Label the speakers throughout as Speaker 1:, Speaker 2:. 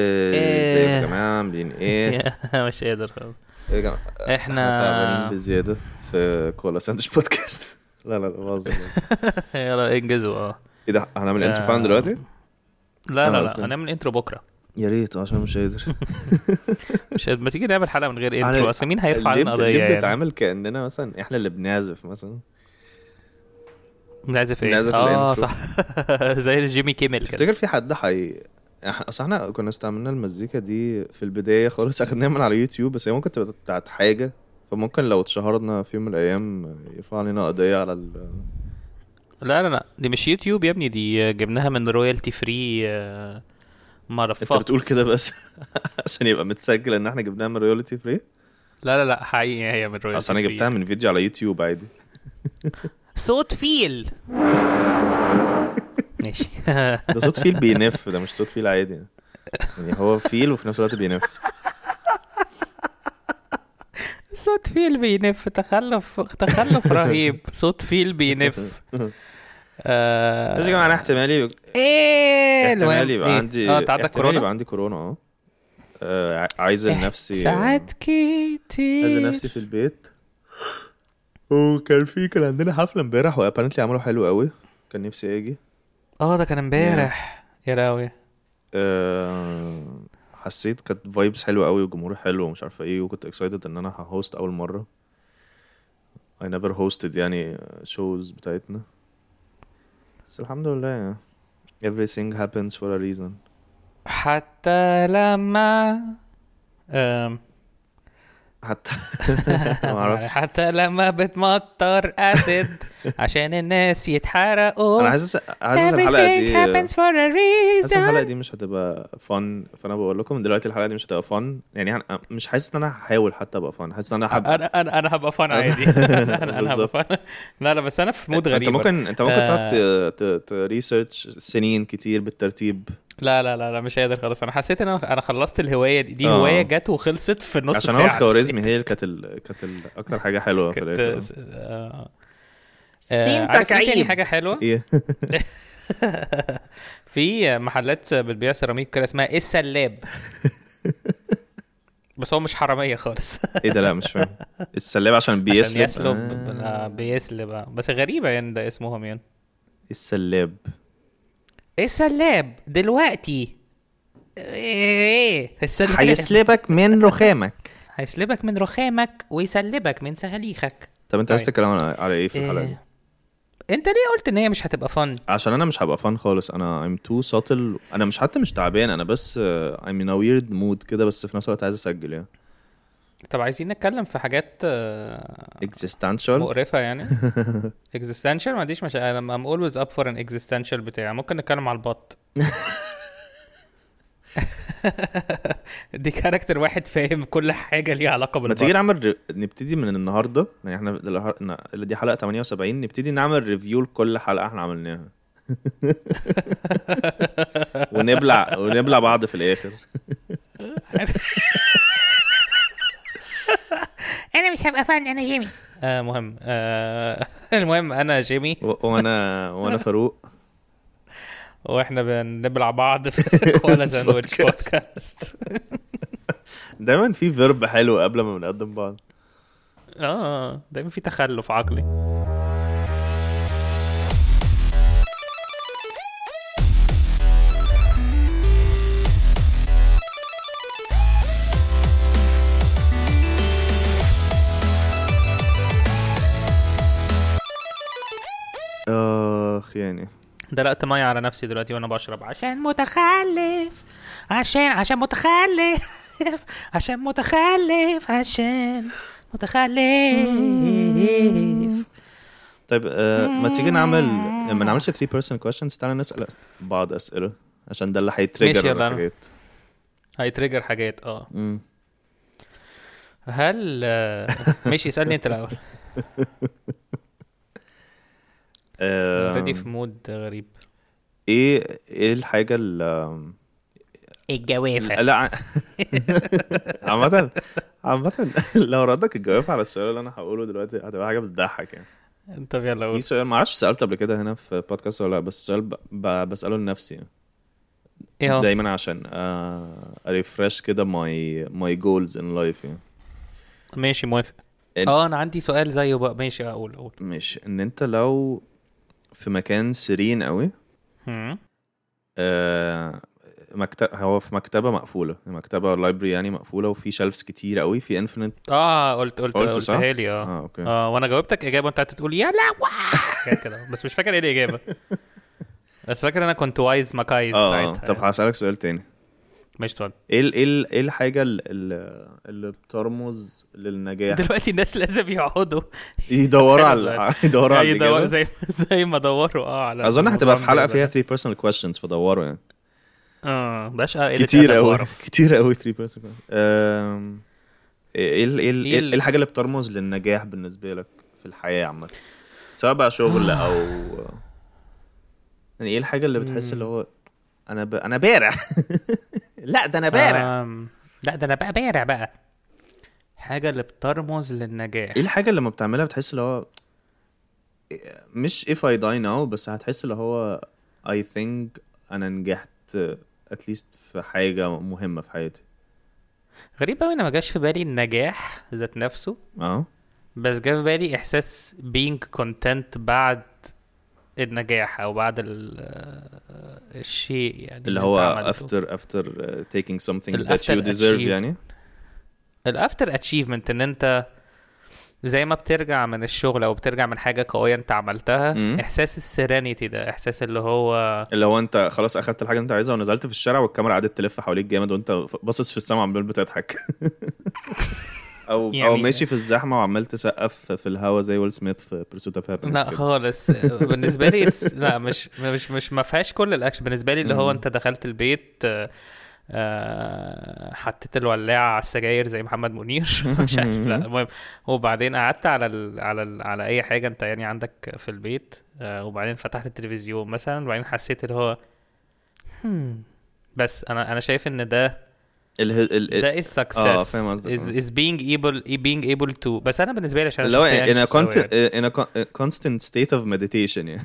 Speaker 1: ايه
Speaker 2: إيه.
Speaker 1: ازيكم يا جماعه عاملين ايه؟
Speaker 2: مش قادر خالص
Speaker 1: إيه يا جماعه
Speaker 2: إحنا-
Speaker 1: تعبانين بزياده في كولا ساندويتش بودكاست لا لا لا بهزر
Speaker 2: يلا انجزوا اه
Speaker 1: ايه ده هنعمل انترو
Speaker 2: آه.
Speaker 1: فعلا دلوقتي؟
Speaker 2: لا
Speaker 1: أنا
Speaker 2: لا
Speaker 1: قلت-
Speaker 2: لا هنعمل انترو بكره
Speaker 1: يا ريت عشان مش قادر
Speaker 2: مش قادر- ما تيجي نعمل حلقه من غير
Speaker 1: على-
Speaker 2: انترو اصل مين هيرفع
Speaker 1: اللي
Speaker 2: علينا قضيه يعني
Speaker 1: بنتعامل كاننا مثلا احنا اللي بنعزف مثلا
Speaker 2: بنعزف ايه
Speaker 1: بنعزف
Speaker 2: اه
Speaker 1: الانترو.
Speaker 2: صح زي جيمي كيميل كده
Speaker 1: تفتكر في حد حي إح- اصل احنا كنا استعملنا المزيكا دي في البدايه خالص اخدناها من على يوتيوب بس هي ممكن تبقى بتاعت حاجه فممكن لو اتشهرنا في يوم من الايام يرفع علينا قضيه على ال...
Speaker 2: لا لا لا دي مش يوتيوب يا ابني دي جبناها من آه، رويالتي فري
Speaker 1: انت
Speaker 2: مرفق
Speaker 1: بتقول كده بس عشان يبقى متسجل ان احنا جبناها من رويالتي فري
Speaker 2: لا لا لا حقيقي هي من رويالتي
Speaker 1: اصل انا جبتها من فيديو على يوتيوب عادي
Speaker 2: صوت فيل ماشي
Speaker 1: ده صوت فيل بينف ده مش صوت فيل عادي يعني هو فيل وفي نفس الوقت بينف
Speaker 2: صوت فيل بينف تخلف تخلف رهيب صوت فيل بينف آه،
Speaker 1: بس يا جماعه انا احتمالي
Speaker 2: ايه
Speaker 1: احتمال
Speaker 2: الواد
Speaker 1: يبقى
Speaker 2: آه، إيه؟
Speaker 1: عندي
Speaker 2: اه انت عندك
Speaker 1: احتمال يبقى
Speaker 2: كورونا
Speaker 1: عندي كورونا اه آه، عايز نفسي
Speaker 2: ساعات
Speaker 1: عايز
Speaker 2: كتير
Speaker 1: نفسي في البيت وكان في كان عندنا حفله امبارح وابانتلي عملوا حلو قوي كان نفسي اجي
Speaker 2: اه ده كان امبارح يا راوي
Speaker 1: آه، حسيت كانت فايبس حلوه قوي والجمهور حلو ومش عارفه ايه وكنت اكسايتد ان انا ههوست اول مره I never hosted يعني شوز بتاعتنا بس الحمد لله يعني everything happens for a reason
Speaker 2: حتى لما آم،
Speaker 1: حتى ما اعرفش
Speaker 2: حتى لما بتمطر اسيد عشان الناس
Speaker 1: انا
Speaker 2: يتحرقوا
Speaker 1: عايز أس- عايز الحلقه دي
Speaker 2: happens for a
Speaker 1: حاسس إن الحلقه
Speaker 2: reason
Speaker 1: دي مش هتبقى فن فانا بقول لكم من دلوقتي الحلقه دي مش هتبقى فن يعني أنا- مش حاسس ان انا هحاول حتى ابقى فن حاسس ان انا حب...
Speaker 2: انا انا انا هبقى فن عادي انا انا هبقى
Speaker 1: بالظبط.
Speaker 2: فن لا لا بس انا في مود غريب
Speaker 1: انت ممكن انت ممكن
Speaker 2: آه.
Speaker 1: تقعد تريسيرش سنين كتير بالترتيب
Speaker 2: لا لا لا لا مش قادر خلاص انا حسيت ان انا انا خلصت الهوايه دي دي
Speaker 1: آه.
Speaker 2: هوايه جت وخلصت في نص
Speaker 1: عشان
Speaker 2: ساعه
Speaker 1: هو الخوارزمي هي اللي كانت ال- كانت ال- اكتر حاجه حلوه في
Speaker 2: كنت
Speaker 1: الاخر
Speaker 2: آه. آه،
Speaker 3: سين
Speaker 2: عارف إيه تاني
Speaker 3: تكعيب
Speaker 2: حاجه حلوه
Speaker 1: ايه
Speaker 2: في محلات بتبيع سيراميك كده اسمها إيه السلاب بس هو مش حراميه خالص
Speaker 1: ايه ده لا مش فاهم السلاب عشان بيسلب
Speaker 2: عشان يسلب
Speaker 1: آه.
Speaker 2: آه، بيسلب آه. بس غريبه يعني ده اسمهم يعني إيه
Speaker 1: السلاب
Speaker 2: السلاب دلوقتي ايه السلاب
Speaker 1: هيسلبك من رخامك
Speaker 2: هيسلبك من رخامك ويسلبك من سهاليخك
Speaker 1: طب انت عايز
Speaker 2: طيب.
Speaker 1: تتكلم على على ايه في الحلقه دي
Speaker 2: إيه. انت ليه قلت ان هي مش هتبقى فن
Speaker 1: عشان انا مش هبقى فان خالص انا ام تو ساتل انا مش حتى مش تعبان انا بس آه، ايم ان ويرد مود كده بس في نفس الوقت عايز اسجل يعني
Speaker 2: آه. طب عايزين نتكلم في حاجات آه،
Speaker 1: اكزيستانشال
Speaker 2: مقرفه يعني existential ما عنديش مشاكل I'm I'm always up for an existential بتاع ممكن نتكلم على البط دي كاركتر واحد فاهم كل حاجه ليها علاقه
Speaker 1: ما
Speaker 2: بالبط
Speaker 1: تيجي نعمل ر... نبتدي من النهارده يعني احنا دلها- ن- دي حلقه 78 نبتدي نعمل ريفيو لكل حلقه احنا عملناها ونبلع ونبلع بعض في الاخر
Speaker 3: انا مش هبقى فن انا جيمي
Speaker 2: آه مهم آه المهم انا جيمي
Speaker 1: و... وانا وانا فاروق
Speaker 2: واحنا بنبلع بعض في كولا ساندويتش بودكاست
Speaker 1: دايما في فيرب حلو قبل ما بنقدم بعض
Speaker 2: اه دايما في تخلف عقلي
Speaker 1: اخ يعني
Speaker 2: دلقت ميه على نفسي دلوقتي وانا بشرب عشان متخلف عشان عشان متخلف عشان متخلف عشان متخلف
Speaker 1: طيب آه ما تيجي نعمل ما نعملش 3 بيرسون questions تعالى نسال أس- بعض اسئله عشان ده اللي
Speaker 2: ماشي،
Speaker 1: هيتريجر
Speaker 2: يلا.
Speaker 1: الحاجات
Speaker 2: هيتريجر حاجات اه
Speaker 1: مم.
Speaker 2: هل آه، ماشي اسالني انت الاول
Speaker 1: آه،
Speaker 2: اوريدي في مود غريب
Speaker 1: ايه ايه الحاجه ال
Speaker 2: الجوافه
Speaker 1: لا ع- عامة عامة لو ردك الجواب على السؤال اللي انا هقوله دلوقتي هتبقى حاجه بتضحك يعني
Speaker 2: طب يلا
Speaker 1: في
Speaker 2: قول
Speaker 1: سؤال ما اعرفش سالته قبل كده هنا في بودكاست ولا لا بس سؤال ب... ب... بساله لنفسي يعني.
Speaker 2: ايه هو
Speaker 1: دايما عشان ريفرش كده ماي ماي جولز ان لايف يعني
Speaker 2: ماشي موافق
Speaker 1: ال-
Speaker 2: اه انا عندي سؤال زيه بقى ماشي اقول اقول
Speaker 1: مش ان انت لو في مكان سيرين قوي
Speaker 2: هم.
Speaker 1: آه، مكتب هو في مكتبه مقفوله مكتبه لايبرري يعني مقفوله وفي شلفز كتير قوي في انفينيت
Speaker 2: اه قلت قلت
Speaker 1: قلت صح؟
Speaker 2: قلتها لي اه
Speaker 1: اه اوكي
Speaker 2: اه وانا جاوبتك اجابه انت قعدت تقول يا لا واه كده بس مش فاكر ايه الاجابه بس فاكر انا كنت وايز مكايز
Speaker 1: اه
Speaker 2: ساعتها يعني.
Speaker 1: طب هسألك سؤال تاني
Speaker 2: ماشي اتفضل
Speaker 1: ايه ال- ايه ال- ايه الحاجه ال- ال- اللي بترمز للنجاح
Speaker 2: دلوقتي الناس لازم يقعدوا
Speaker 1: يدوروا
Speaker 2: حلو
Speaker 1: على يدوروا على
Speaker 2: يعني دو-
Speaker 1: الإجابة.
Speaker 2: زي زي ما دوروا اه على
Speaker 1: اظن هتبقى في حلقه
Speaker 2: الموضوع إيه
Speaker 1: فيها
Speaker 2: ده.
Speaker 1: 3 personal questions فدوروا يعني
Speaker 2: اه باش آه، قلة
Speaker 1: كتير
Speaker 2: أدب
Speaker 1: قوي
Speaker 2: وقرف.
Speaker 1: كتير قوي 3 personal questions أم، ايه ال- ايه ال-
Speaker 2: إيه
Speaker 1: ايه
Speaker 2: ال-
Speaker 1: ال- الحاجه اللي بترمز للنجاح بالنسبه لك في الحياه عامه سواء بقى شغل
Speaker 2: آه.
Speaker 1: او يعني ايه الحاجه اللي بتحس اللي هو انا ب... انا بارع لا ده انا بارع
Speaker 2: آم، لا ده انا بقى بارع بقى حاجه اللي بترمز للنجاح
Speaker 1: ايه الحاجه اللي لما بتعملها بتحس اللي هو مش if I die now بس هتحس اللي هو I think انا نجحت at least في حاجه مهمه في حياتي
Speaker 2: غريب قوي انا ما جاش في بالي النجاح ذات نفسه
Speaker 1: اه
Speaker 2: بس جه في بالي احساس being content بعد النجاح او بعد ال- آه، الشيء يعني
Speaker 1: اللي
Speaker 2: انت
Speaker 1: هو
Speaker 2: عملته.
Speaker 1: after after uh, taking something
Speaker 2: ال
Speaker 1: that
Speaker 2: after
Speaker 1: you deserve
Speaker 2: achieved.
Speaker 1: يعني
Speaker 2: الافتر اتشيفمنت ان انت زي ما بترجع من الشغل او بترجع من حاجه قويه انت عملتها
Speaker 1: مم.
Speaker 2: احساس السيرانيتي ده احساس اللي هو
Speaker 1: اللي هو انت خلاص اخدت الحاجه اللي انت عايزها ونزلت في الشارع والكاميرا قعدت تلف حواليك جامد وانت باصص في السما عمال بتضحك او او
Speaker 2: يعني-
Speaker 1: ماشي في الزحمه وعمال تسقف في الهوا زي ويل سميث في بيرسوت اوف هابينس
Speaker 2: لا خالص بالنسبه لي it's- لا مش مش مش ما فيهاش كل الاكشن بالنسبه لي اللي هو انت دخلت البيت آه، آه، حطيت الولاعه على السجاير زي محمد منير مش عارف لا المهم وبعدين قعدت على ال على ال على اي حاجه انت يعني عندك في البيت آه، وبعدين فتحت التلفزيون مثلا وبعدين حسيت اللي هو "هم". بس انا انا شايف ان ده ده is
Speaker 1: اه،
Speaker 2: success
Speaker 1: فاهم قصدك.
Speaker 2: is, is being able being able to بس انا بالنسبه لي عشان انا
Speaker 1: اللي هو
Speaker 2: شخصية
Speaker 1: in a,
Speaker 2: anxious أوي
Speaker 1: cont-
Speaker 2: يعني.
Speaker 1: in a con- constant state of meditation يعني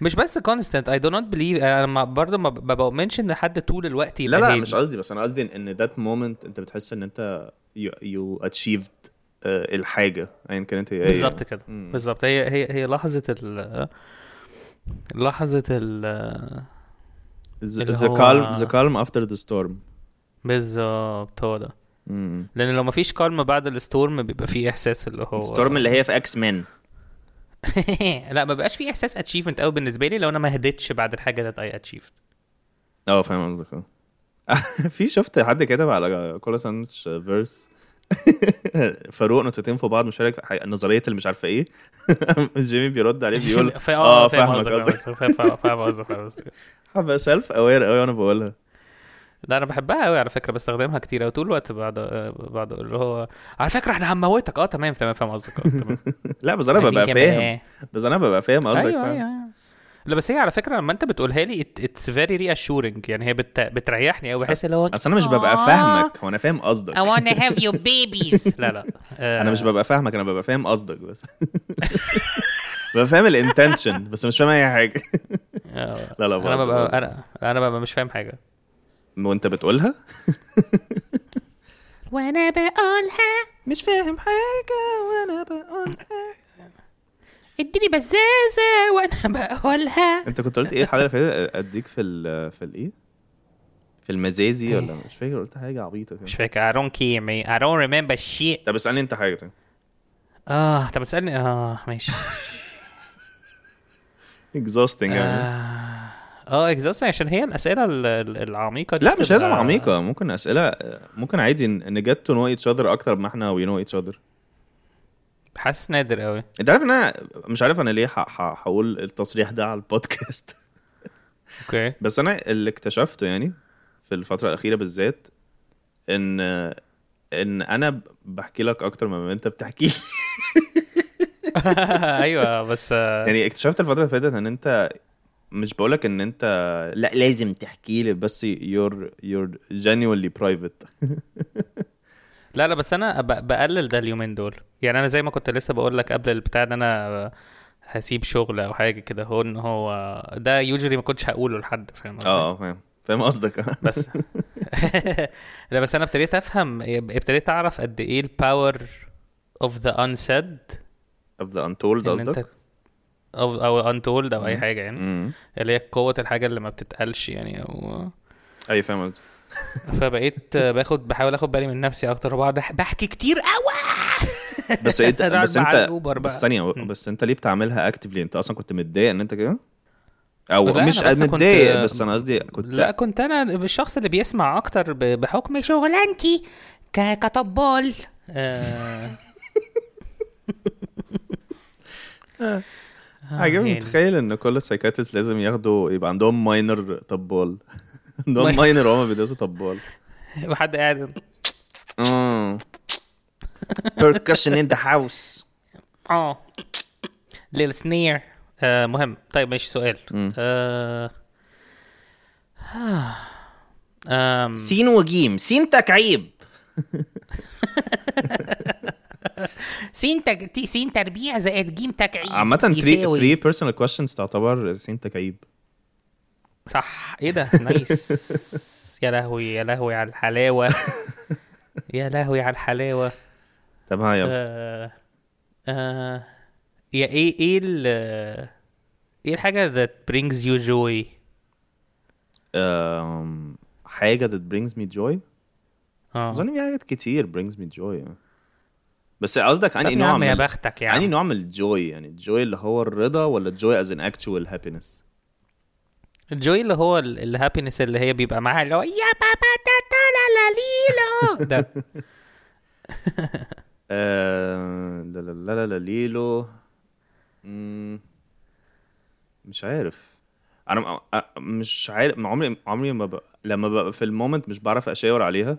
Speaker 2: مش بس كونستنت اي دو نوت بليف انا ما- برضه ما ب- ما بؤمنش ان حد طول الوقت يعني.
Speaker 1: لا
Speaker 2: يبقى
Speaker 1: لا
Speaker 2: هادي.
Speaker 1: مش قصدي بس انا قصدي ان ان ذات مومنت انت بتحس ان انت يو اتشيفد آه، الحاجه ايا كانت هي ايه
Speaker 2: بالظبط
Speaker 1: يعني.
Speaker 2: كده
Speaker 1: مم.
Speaker 2: بالظبط هي هي هي لحظه ال لحظه ال
Speaker 1: The
Speaker 2: اللي
Speaker 1: the
Speaker 2: هو-
Speaker 1: calm the calm after the storm
Speaker 2: بالظبط هو ده
Speaker 1: مم.
Speaker 2: لان لو ما فيش كالم بعد الستورم بيبقى فيه احساس اللي هو
Speaker 1: الستورم اللي هي في اكس مان
Speaker 2: لا ما بقاش فيه احساس اتشيفمنت قوي بالنسبه لي لو انا ما هديتش بعد الحاجه ذات اي اتشيفد
Speaker 1: اه فاهم قصدك اه. في شفت حد كتب على كولا ساندوتش فيرس فاروق نقطتين في بعض مش عارف حي- نظريه اللي مش عارفه ايه جيمي بيرد عليه بيقول اه فاهمك قصدك
Speaker 2: آه، فاهم قصدك فاهم قصدك
Speaker 1: حابه سيلف اوير قوي وانا أيوة، بقولها
Speaker 2: لا انا بحبها قوي على فكره بستخدمها كتير قوي طول الوقت بعد بعد اللي هو على فكره احنا هنموتك اه تمام تمام فاهم قصدك آه، تمام
Speaker 1: لا بس انا ببقى
Speaker 2: عارفين
Speaker 1: فاهم
Speaker 2: كمان.
Speaker 1: بس انا ببقى فاهم قصدك
Speaker 2: ايوه
Speaker 1: فاهم.
Speaker 2: ايوه أيوة. لا بس هي على فكره لما انت بتقولها لي اتس فيري ري اشورنج يعني هي بت... بتريحني قوي بحس اللي هو
Speaker 1: اصل انا مش ببقى
Speaker 3: آه.
Speaker 1: فاهمك هو انا فاهم قصدك
Speaker 3: I want to have your babies.
Speaker 2: لا لا آه،
Speaker 1: انا مش ببقى فاهمك انا ببقى فاهم قصدك بس ببقى فاهم الانتنشن بس مش فاهم اي حاجه
Speaker 2: آه،
Speaker 1: لا لا
Speaker 2: انا
Speaker 1: بهزر،
Speaker 2: ببقى
Speaker 1: بهزر.
Speaker 2: انا انا ببقى مش فاهم حاجه
Speaker 1: وانت بتقولها
Speaker 3: وانا بقولها
Speaker 1: مش فاهم حاجه وانا بقولها
Speaker 3: اديني بزازة وانا بقولها
Speaker 1: انت كنت قلت ايه الحلقه اللي فاتت اديك في ال في الايه في المزازي ولا مش فاكر قلت حاجه عبيطه كده
Speaker 2: إيه؟ مش فاكر I don't care me I don't remember shit
Speaker 1: طب اسالني انت حاجه طيب
Speaker 2: اه طب تسالني اه ماشي
Speaker 1: اكزاستنج يعني
Speaker 2: آه. اه اكزاست عشان هي الاسئله ال- ال- العميقه دي
Speaker 1: لا مش لازم
Speaker 2: بتبقى-
Speaker 1: عميقه ممكن اسئله ممكن عادي نجت تو نو ايتش اذر اكتر ما احنا وي نو ايتش اذر
Speaker 2: حاسس نادر قوي
Speaker 1: انت عارف ان انا مش عارف انا ليه ه- ه- هقول التصريح ده على البودكاست
Speaker 2: اوكي
Speaker 1: بس انا اللي اكتشفته يعني في الفتره الاخيره بالذات ان ان انا ب- بحكي لك اكتر مما انت بتحكي لي.
Speaker 2: ايوه بس آه،
Speaker 1: يعني اكتشفت الفتره اللي فاتت ان انت مش بقولك ان انت لا لازم تحكي لي بس you're you're genuinely private
Speaker 2: لا لا بس انا ب- بقلل ده اليومين دول يعني انا زي ما كنت لسه بقول لك قبل البتاع ان انا هسيب شغل او حاجه كده هو ان هو ده يوجري ما كنتش هقوله لحد فاهم قصدي؟
Speaker 1: اه اه فاهم فاهم قصدك آه.
Speaker 2: بس لا بس انا ابتديت افهم ابتديت اعرف قد ايه الباور اوف ذا انسيد
Speaker 1: ابدا انتولد
Speaker 2: ان انت
Speaker 1: قصدك
Speaker 2: او او انتولد او اي حاجه يعني
Speaker 1: مم.
Speaker 2: اللي هي قوه الحاجه اللي ما بتتقالش يعني او
Speaker 1: اي أيوة، فاهم قصدك
Speaker 2: فبقيت باخد بحاول اخد بالي من نفسي اكتر وبقعد أح- بحكي كتير قوي
Speaker 1: بس انت
Speaker 2: أنا
Speaker 1: بس
Speaker 2: قاعد مع
Speaker 1: انت
Speaker 2: الأوبر بقى.
Speaker 1: بس ثانيه
Speaker 2: مم.
Speaker 1: بس انت ليه بتعملها اكتفلي انت اصلا كنت متضايق ان انت كده او
Speaker 2: لا، أنا
Speaker 1: مش
Speaker 2: بس كنت-
Speaker 1: متضايق بس انا قصدي كنت
Speaker 2: لا كنت انا الشخص اللي بيسمع اكتر ب- بحكم شغلانتي ك- كطبال آه،
Speaker 1: عاجبني
Speaker 2: يعني.
Speaker 1: متخيل ان كل السايكاتريست لازم ياخدوا يبقى عندهم ماينر طبال عندهم
Speaker 2: ماي-
Speaker 1: ماينر وهما بيدرسوا طبال
Speaker 2: وحد قاعد
Speaker 1: آه. بيركشن ان ذا هاوس
Speaker 2: اه ليل سنير آه مهم طيب ماشي سؤال آه آه، آم،
Speaker 1: سين وجيم سين تكعيب
Speaker 3: سين تج... تي- سين تربيع زائد جيم تكعيب
Speaker 1: عامة 3
Speaker 3: يساوي.
Speaker 1: 3 personal questions تعتبر سين تكعيب
Speaker 2: صح ايه ده نايس يا لهوي يا لهوي على الحلاوه يا لهوي على الحلاوه
Speaker 1: طب ها يلا
Speaker 2: آه آه يا ايه ايه ال ايه الحاجه that brings you joy
Speaker 1: آم، حاجة that brings me joy
Speaker 2: اه
Speaker 1: أظن في حاجات كتير brings me joy بس قصدك
Speaker 2: طب
Speaker 1: أنهي
Speaker 2: يا
Speaker 1: يعني نوع
Speaker 2: عم
Speaker 1: من
Speaker 2: يا بختك يا
Speaker 1: أنهي
Speaker 2: عم
Speaker 1: نوع من الجوي يعني الجوي اللي هو الرضا ولا الجوي as an actual happiness
Speaker 2: الجوي اللي هو ال- الهابينس اللي هي بيبقى معاها اللي هو يا بابا تاتا لا لا ليلو ده
Speaker 1: آه، لا لا لا لا لا ليلو مم، مش عارف انا م- أ- مش عارف ما عمري عمري ما ب... لما ببقى في المومنت مش بعرف اشاور عليها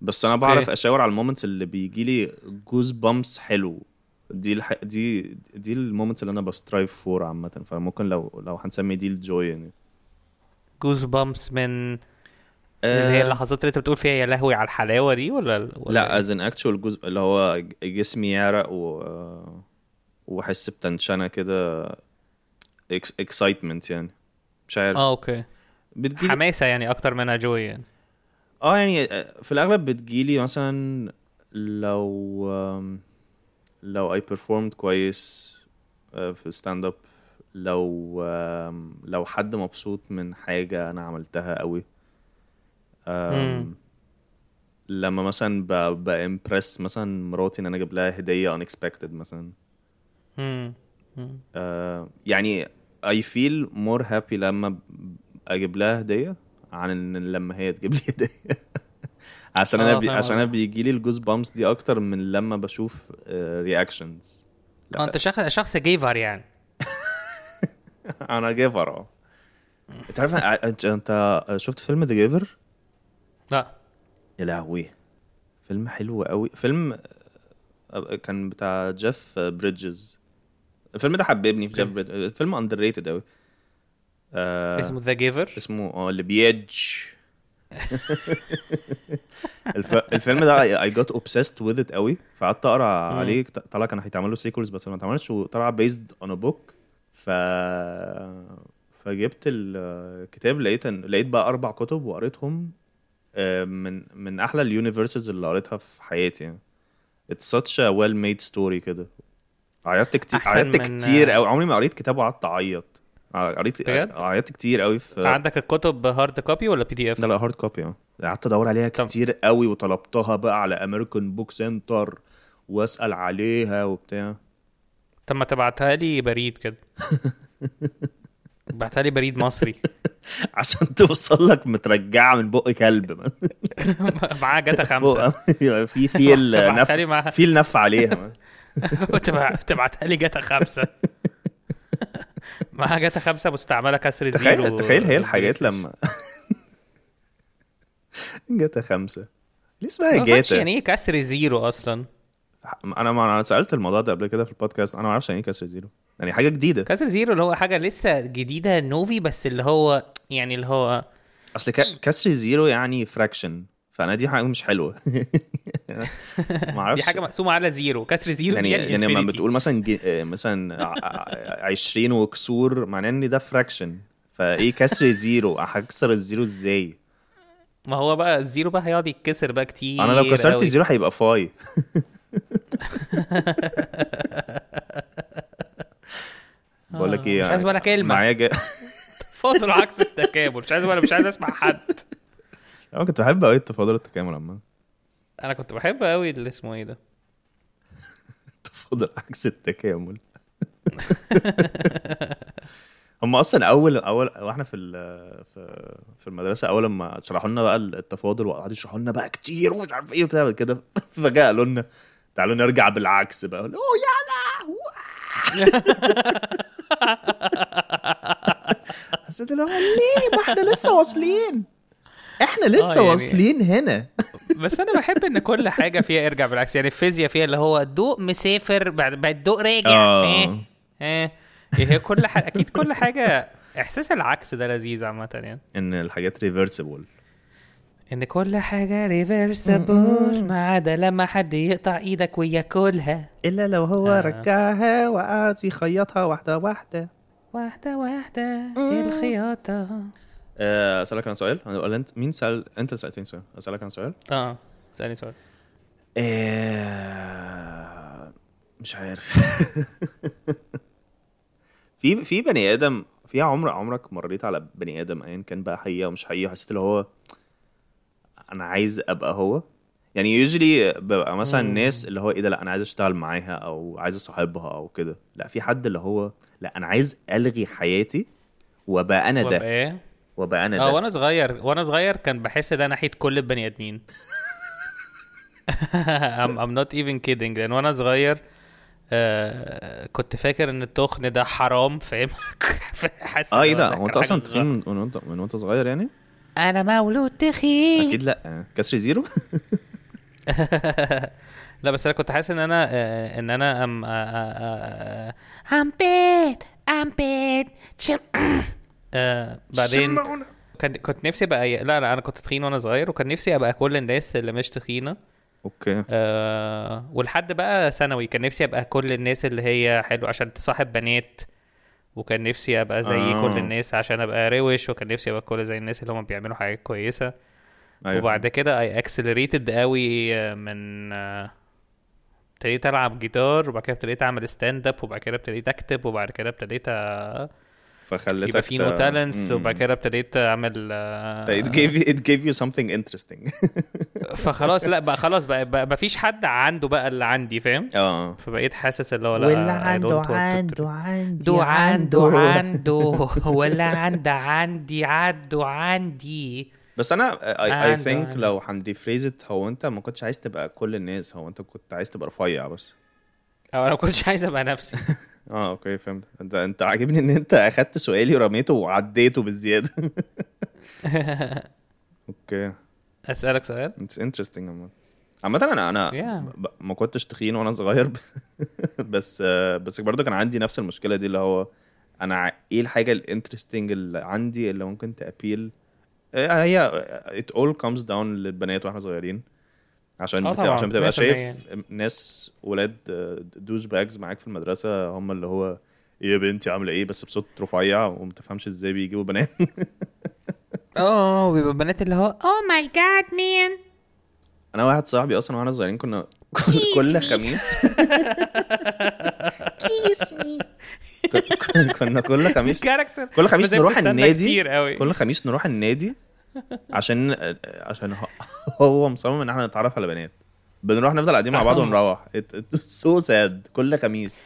Speaker 1: بس انا بعرف
Speaker 2: أوكي.
Speaker 1: اشاور على المومنتس اللي بيجي لي جوز بامس حلو دي الح... دي دي المومنتس اللي انا بسترايف فور عامه فممكن لو لو هنسمي دي الجوي يعني
Speaker 2: جوز بامس
Speaker 1: آه.
Speaker 2: من اللي هي اللحظات اللي انت بتقول فيها يا لهوي على الحلاوه دي ولا ولا
Speaker 1: لا از ان اكشوال جزء اللي هو ج- جسمي يعرق و واحس بتنشنه كده اكسايتمنت يعني مش عارف
Speaker 2: اه اوكي
Speaker 1: بتجيلي
Speaker 2: حماسه يعني اكتر منها جوي يعني
Speaker 1: اه يعني آه، في الاغلب بتجيلي مثلا لو آم، لو اي performed كويس آه، في ستاند اب لو آم، لو حد مبسوط من حاجه انا عملتها قوي آم،
Speaker 2: مم.
Speaker 1: لما مثلا ب- بامبرس مثلا مراتي ان انا اجيب لها هديه unexpected مثلا
Speaker 2: مم. مم.
Speaker 1: آه يعني I feel more happy لما ب- اجيب لها هديه عن ان لما هي تجيب لي هديه عشان انا
Speaker 2: آه،
Speaker 1: بي...
Speaker 2: فاهم
Speaker 1: عشان انا
Speaker 2: قصدك.
Speaker 1: بيجي لي الجوز بامس دي اكتر من لما بشوف آه، رياكشنز
Speaker 2: اه انت شخص شخص جيفر يعني
Speaker 1: انا جيفر اه انت عارف أنا- أنت- انت شفت فيلم ذا جيفر؟
Speaker 2: لا
Speaker 1: يا لهوي فيلم حلو قوي فيلم آه، كان بتاع جيف بريدجز الفيلم ده حببني في جيف بريدجز فيلم اندر ريتد قوي آه،
Speaker 2: اسمه ذا جيفر
Speaker 1: اسمه اه اللي بيج الف... الفيلم ده I got obsessed with it قوي فقعدت اقرا عليه ط- طلع كان هيتعمل له سيكولز بس ما اتعملش وطلع based on a book ف فجبت الكتاب لقيت إن- لقيت بقى اربع كتب وقريتهم آه، من من احلى اليونيفرسز اللي قريتها في حياتي يعني it's such a well made story كده عيطت كتير
Speaker 2: أحسن
Speaker 1: عيطت
Speaker 2: من-
Speaker 1: كتير قوي عمري ما قريت كتاب وقعدت اعيط قريت
Speaker 2: بجد؟ آه،
Speaker 1: عيطت كتير قوي في
Speaker 2: عندك الكتب هارد كوبي ولا بي دي اف
Speaker 1: لا لا هارد كوبي اه قعدت ادور عليها
Speaker 2: طب.
Speaker 1: كتير قوي وطلبتها بقى على امريكان بوك سنتر واسال عليها وبتاع
Speaker 2: طب ما تبعتها لي بريد كده بعتها لي بريد مصري
Speaker 1: عشان توصل لك مترجعه من بق كلب
Speaker 2: معاه جاتا خمسه
Speaker 1: فوق- يبقى في فيل
Speaker 2: بعتها لي
Speaker 1: نف
Speaker 2: معاها.
Speaker 1: فيل نف عليها
Speaker 2: وتبع- تبعتها لي جاتا خمسه معاها جاتا خمسه مستعمله كسر زيرو
Speaker 1: تخيل تخيل هي الحاجات لما جاتا خمسة ليه
Speaker 2: ما
Speaker 1: اسمها
Speaker 2: أعرفش
Speaker 1: جاتا
Speaker 2: يعني ايه كسر زيرو اصلا
Speaker 1: انا ما انا سالت الموضوع ده قبل كده في البودكاست انا ما اعرفش يعني ايه كسر زيرو يعني حاجه جديده
Speaker 2: كسر زيرو اللي هو حاجه لسه جديده نوفي بس اللي هو يعني اللي هو
Speaker 1: اصل ك- كسر زيرو يعني فراكشن فانا دي حاجه مش حلوه ما اعرفش
Speaker 2: دي حاجه مقسومه على زيرو كسر زيرو
Speaker 1: يعني
Speaker 2: دي
Speaker 1: يعني لما
Speaker 2: الانفينيتي.
Speaker 1: بتقول مثلا جي... آه، مثلا ع- ع- 20 وكسور معناه ان ده فراكشن فايه كسر زيرو هكسر الزيرو ازاي؟
Speaker 2: ما هو بقى الزيرو بقى هيقعد يتكسر بقى كتير
Speaker 1: انا لو كسرت
Speaker 2: أوي.
Speaker 1: الزيرو هيبقى فاي بقول لك ايه
Speaker 2: مش عايز ولا كلمة.
Speaker 1: معايا جا...
Speaker 2: تفاضل عكس التكامل مش عايز ولا مش عايز اسمع حد
Speaker 1: انا كنت بحب قوي التفاضل التكامل عامه
Speaker 2: انا كنت بحب قوي اللي اسمه ايه ده
Speaker 1: تفاضل عكس التكامل هم اصلا اول اول واحنا في ال- في في المدرسه اول ما شرحوا لنا بقى التفاضل وقعدوا يشرحوا لنا بقى كتير ومش عارف ايه وبتاع كده فجاه قالوا لنا تعالوا نرجع بالعكس بقى قلنا، اوه يا لهوي حسيت اللي هو ليه ما احنا لسه واصلين احنا لسه
Speaker 2: يعني-
Speaker 1: واصلين هنا
Speaker 2: بس انا بحب ان كل حاجه فيها ارجع بالعكس يعني الفيزياء فيها اللي هو الضوء مسافر بعد بعد الضوء راجع
Speaker 1: آه.
Speaker 2: ايه ايه هي كل حاجه اكيد كل حاجه احساس العكس ده لذيذ عامه يعني
Speaker 1: ان الحاجات ريفرسبل
Speaker 2: ان كل حاجه ريفرسبل ما عدا لما حد يقطع ايدك وياكلها
Speaker 1: الا لو هو
Speaker 2: آه.
Speaker 1: رجعها وقعد يخيطها واحده واحده
Speaker 2: واحده واحده الخياطه
Speaker 1: آه، اسالك عن سؤال أنا- ولا انت مين سال انت سالتني سؤال اسالك عن سؤال
Speaker 2: اه ثاني سؤال
Speaker 1: آه، مش عارف في في بني ادم في عمر عمرك مريت على بني ادم ايا كان بقى حقيقه ومش حقيقه حسيت اللي هو انا عايز ابقى هو يعني يوجلي ببقى مثلا ناس اللي هو ايه ده لا انا عايز اشتغل معاها او عايز اصاحبها او كده لا في حد اللي هو لا انا عايز الغي حياتي وابقى انا
Speaker 2: وابقى
Speaker 1: إيه ده
Speaker 2: ايه
Speaker 1: وابقى انا
Speaker 2: اه
Speaker 1: ده
Speaker 2: وانا صغير وانا صغير كان بحس ده ناحيه كل البني ادمين I'm, I'm not even kidding لان وانا صغير آه كنت فاكر ان التخن ده حرام فاهم حاسس
Speaker 1: اه ايه
Speaker 2: إن
Speaker 1: ده
Speaker 2: آه، كان
Speaker 1: هو انت
Speaker 2: حاجة
Speaker 1: اصلا
Speaker 2: غلط.
Speaker 1: تخين من من وانت من وانت صغير يعني
Speaker 3: انا مولود تخين
Speaker 1: اكيد لا كسر زيرو
Speaker 2: لا بس انا كنت حاسس ان انا آه ان انا أم آه آه آه
Speaker 3: I'm bad I'm bad Chim-
Speaker 2: آه بعدين كان كنت نفسي بقى لا لا انا كنت تخين وانا صغير وكان نفسي ابقى كل الناس اللي مش تخينه
Speaker 1: اوكي
Speaker 2: آه ولحد بقى ثانوي كان نفسي ابقى كل الناس اللي هي حلو عشان تصاحب بنات وكان نفسي ابقى زي
Speaker 1: آه.
Speaker 2: آه. كل الناس عشان ابقى روش وكان نفسي ابقى كل زي الناس اللي هم بيعملوا حاجات كويسه
Speaker 1: أيوه.
Speaker 2: أيوة. وبعد كده اي اكسلريتد قوي آه، من آه، ابتديت العب جيتار وبعد كده ابتديت اعمل ستاند اب وبعد كده ابتديت اكتب وبعد كده ابتديت آه،
Speaker 1: فخلتك
Speaker 2: يبقى في نو تالنتس وبعد كده ابتديت اعمل آه،
Speaker 1: it gave you, it gave you something interesting
Speaker 2: فخلاص لا بقى خلاص بقى, بقى مفيش حد عنده بقى اللي عندي فاهم
Speaker 1: اه
Speaker 2: فبقيت حاسس اللي هو لا
Speaker 3: ولا
Speaker 2: I don't
Speaker 3: عنده
Speaker 2: want to-
Speaker 3: عنده عندي
Speaker 2: دو عنده
Speaker 3: عنده
Speaker 2: عنده ولا عنده عندي عنده عندي
Speaker 1: بس انا I, I
Speaker 2: عنده-
Speaker 1: think
Speaker 2: عنده.
Speaker 1: لو هنديفريزت هو انت ما كنتش عايز تبقى كل الناس هو انت كنت عايز تبقى رفيع بس
Speaker 2: او انا ما كنتش عايز ابقى نفسي
Speaker 1: اه اوكي فهمت انت انت عاجبني ان انت اخدت سؤالي ورميته وعديته بالزياده اوكي
Speaker 2: اسالك سؤال
Speaker 1: اتس انترستنج عامة عامة انا انا
Speaker 2: Yeah.
Speaker 1: ب- ما كنتش تخين وانا صغير ب- بس آه، بس برضه كان عندي نفس المشكلة دي اللي هو انا ع- ايه الحاجة الانترستنج اللي عندي اللي ممكن تابيل هي ات اول كومز داون للبنات واحنا صغيرين عشان
Speaker 2: آه
Speaker 1: بت...
Speaker 2: طبعاً،
Speaker 1: عشان بتبقى
Speaker 2: 100%
Speaker 1: شايف ناس ولاد دوش باجز معاك في المدرسة هم اللي هو ايه يا بنتي عاملة ايه بس بصوت رفيع وما تفهمش ازاي بيجيبوا بنات
Speaker 2: اه بيبقى بنات اللي هو
Speaker 3: Oh my god man
Speaker 1: انا واحد صاحبي اصلا واحنا صغيرين كنا كل- كل خميس
Speaker 3: kiss me
Speaker 1: كنا- كنا كل خميس
Speaker 2: كاركتر
Speaker 1: كل خميس نروح النادي
Speaker 2: كتير قوي
Speaker 1: كل خميس نروح النادي عشان عشان هو- هو مصمم ان احنا نتعرف على بنات بنروح نفضل قاعدين مع بعض ونروح سو ساد كل خميس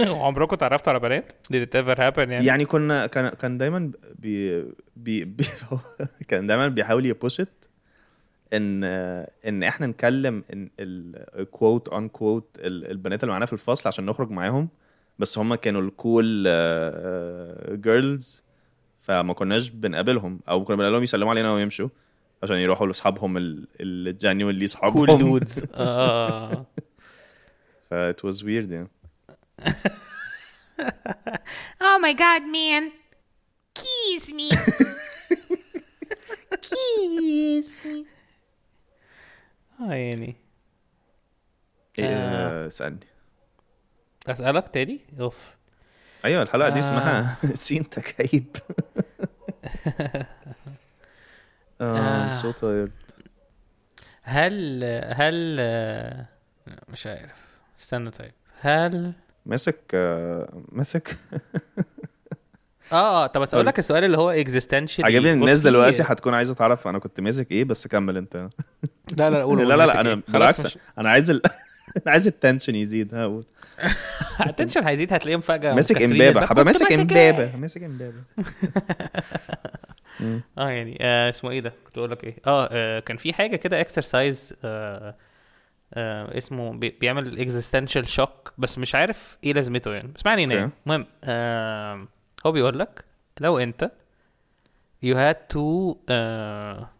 Speaker 2: عمركم اتعرفتوا على بنات؟ Did it ever happen يعني؟
Speaker 1: يعني كنا كان كان دايما بي بي, بي كان دايما بيحاول يبوشت ان ان احنا نكلم الكوت ان كوت البنات اللي معانا في الفصل عشان نخرج معاهم بس هم كانوا الكول جيرلز آه، فما كناش بنقابلهم او كنا بنقابلهم يسلموا علينا ويمشوا عشان يروحوا لاصحابهم الجانيولي اصحابهم
Speaker 2: كول دودز اه
Speaker 1: ف it was weird يعني
Speaker 3: Oh my god man Kiss me Kiss
Speaker 2: يعني
Speaker 1: إيه،
Speaker 2: آه.
Speaker 1: آه، سألني
Speaker 2: اسالك تاني اوف
Speaker 1: ايوه الحلقه دي
Speaker 2: آه.
Speaker 1: اسمها سين تكعيب
Speaker 2: آه.
Speaker 1: اه صوت غير
Speaker 2: هل هل آه، مش عارف استنى طيب هل
Speaker 1: ماسك آه، ماسك
Speaker 2: اه اه طب اسال لك السؤال اللي هو اكزيستنشال
Speaker 1: طيب. عجبني إن الناس دلوقتي هتكون عايزه تعرف انا كنت ماسك ايه بس كمل انت
Speaker 2: لا لا قول إيه؟
Speaker 1: لا لا لا انا بالعكس انا عايز ال... انا عايز التنشن يزيد ها قول.
Speaker 2: التنشن هيزيد هتلاقيهم فجاه
Speaker 1: ماسك
Speaker 2: مكسرين
Speaker 1: امبابه
Speaker 2: آه، الباب.
Speaker 1: حبا
Speaker 2: كنت
Speaker 1: ماسك
Speaker 2: إيه؟
Speaker 1: امبابه ماسك امبابه
Speaker 2: اه يعني آه اسمه ايه ده كنت اقول لك ايه آه, اه كان في حاجه كده اكسرسايز آه آه اسمه بي بيعمل اكزيستنشال شوك بس مش عارف ايه لازمته يعني بس ما علينا يعني
Speaker 1: أوكي.
Speaker 2: المهم آه هو بيقول لك لو انت you had to آه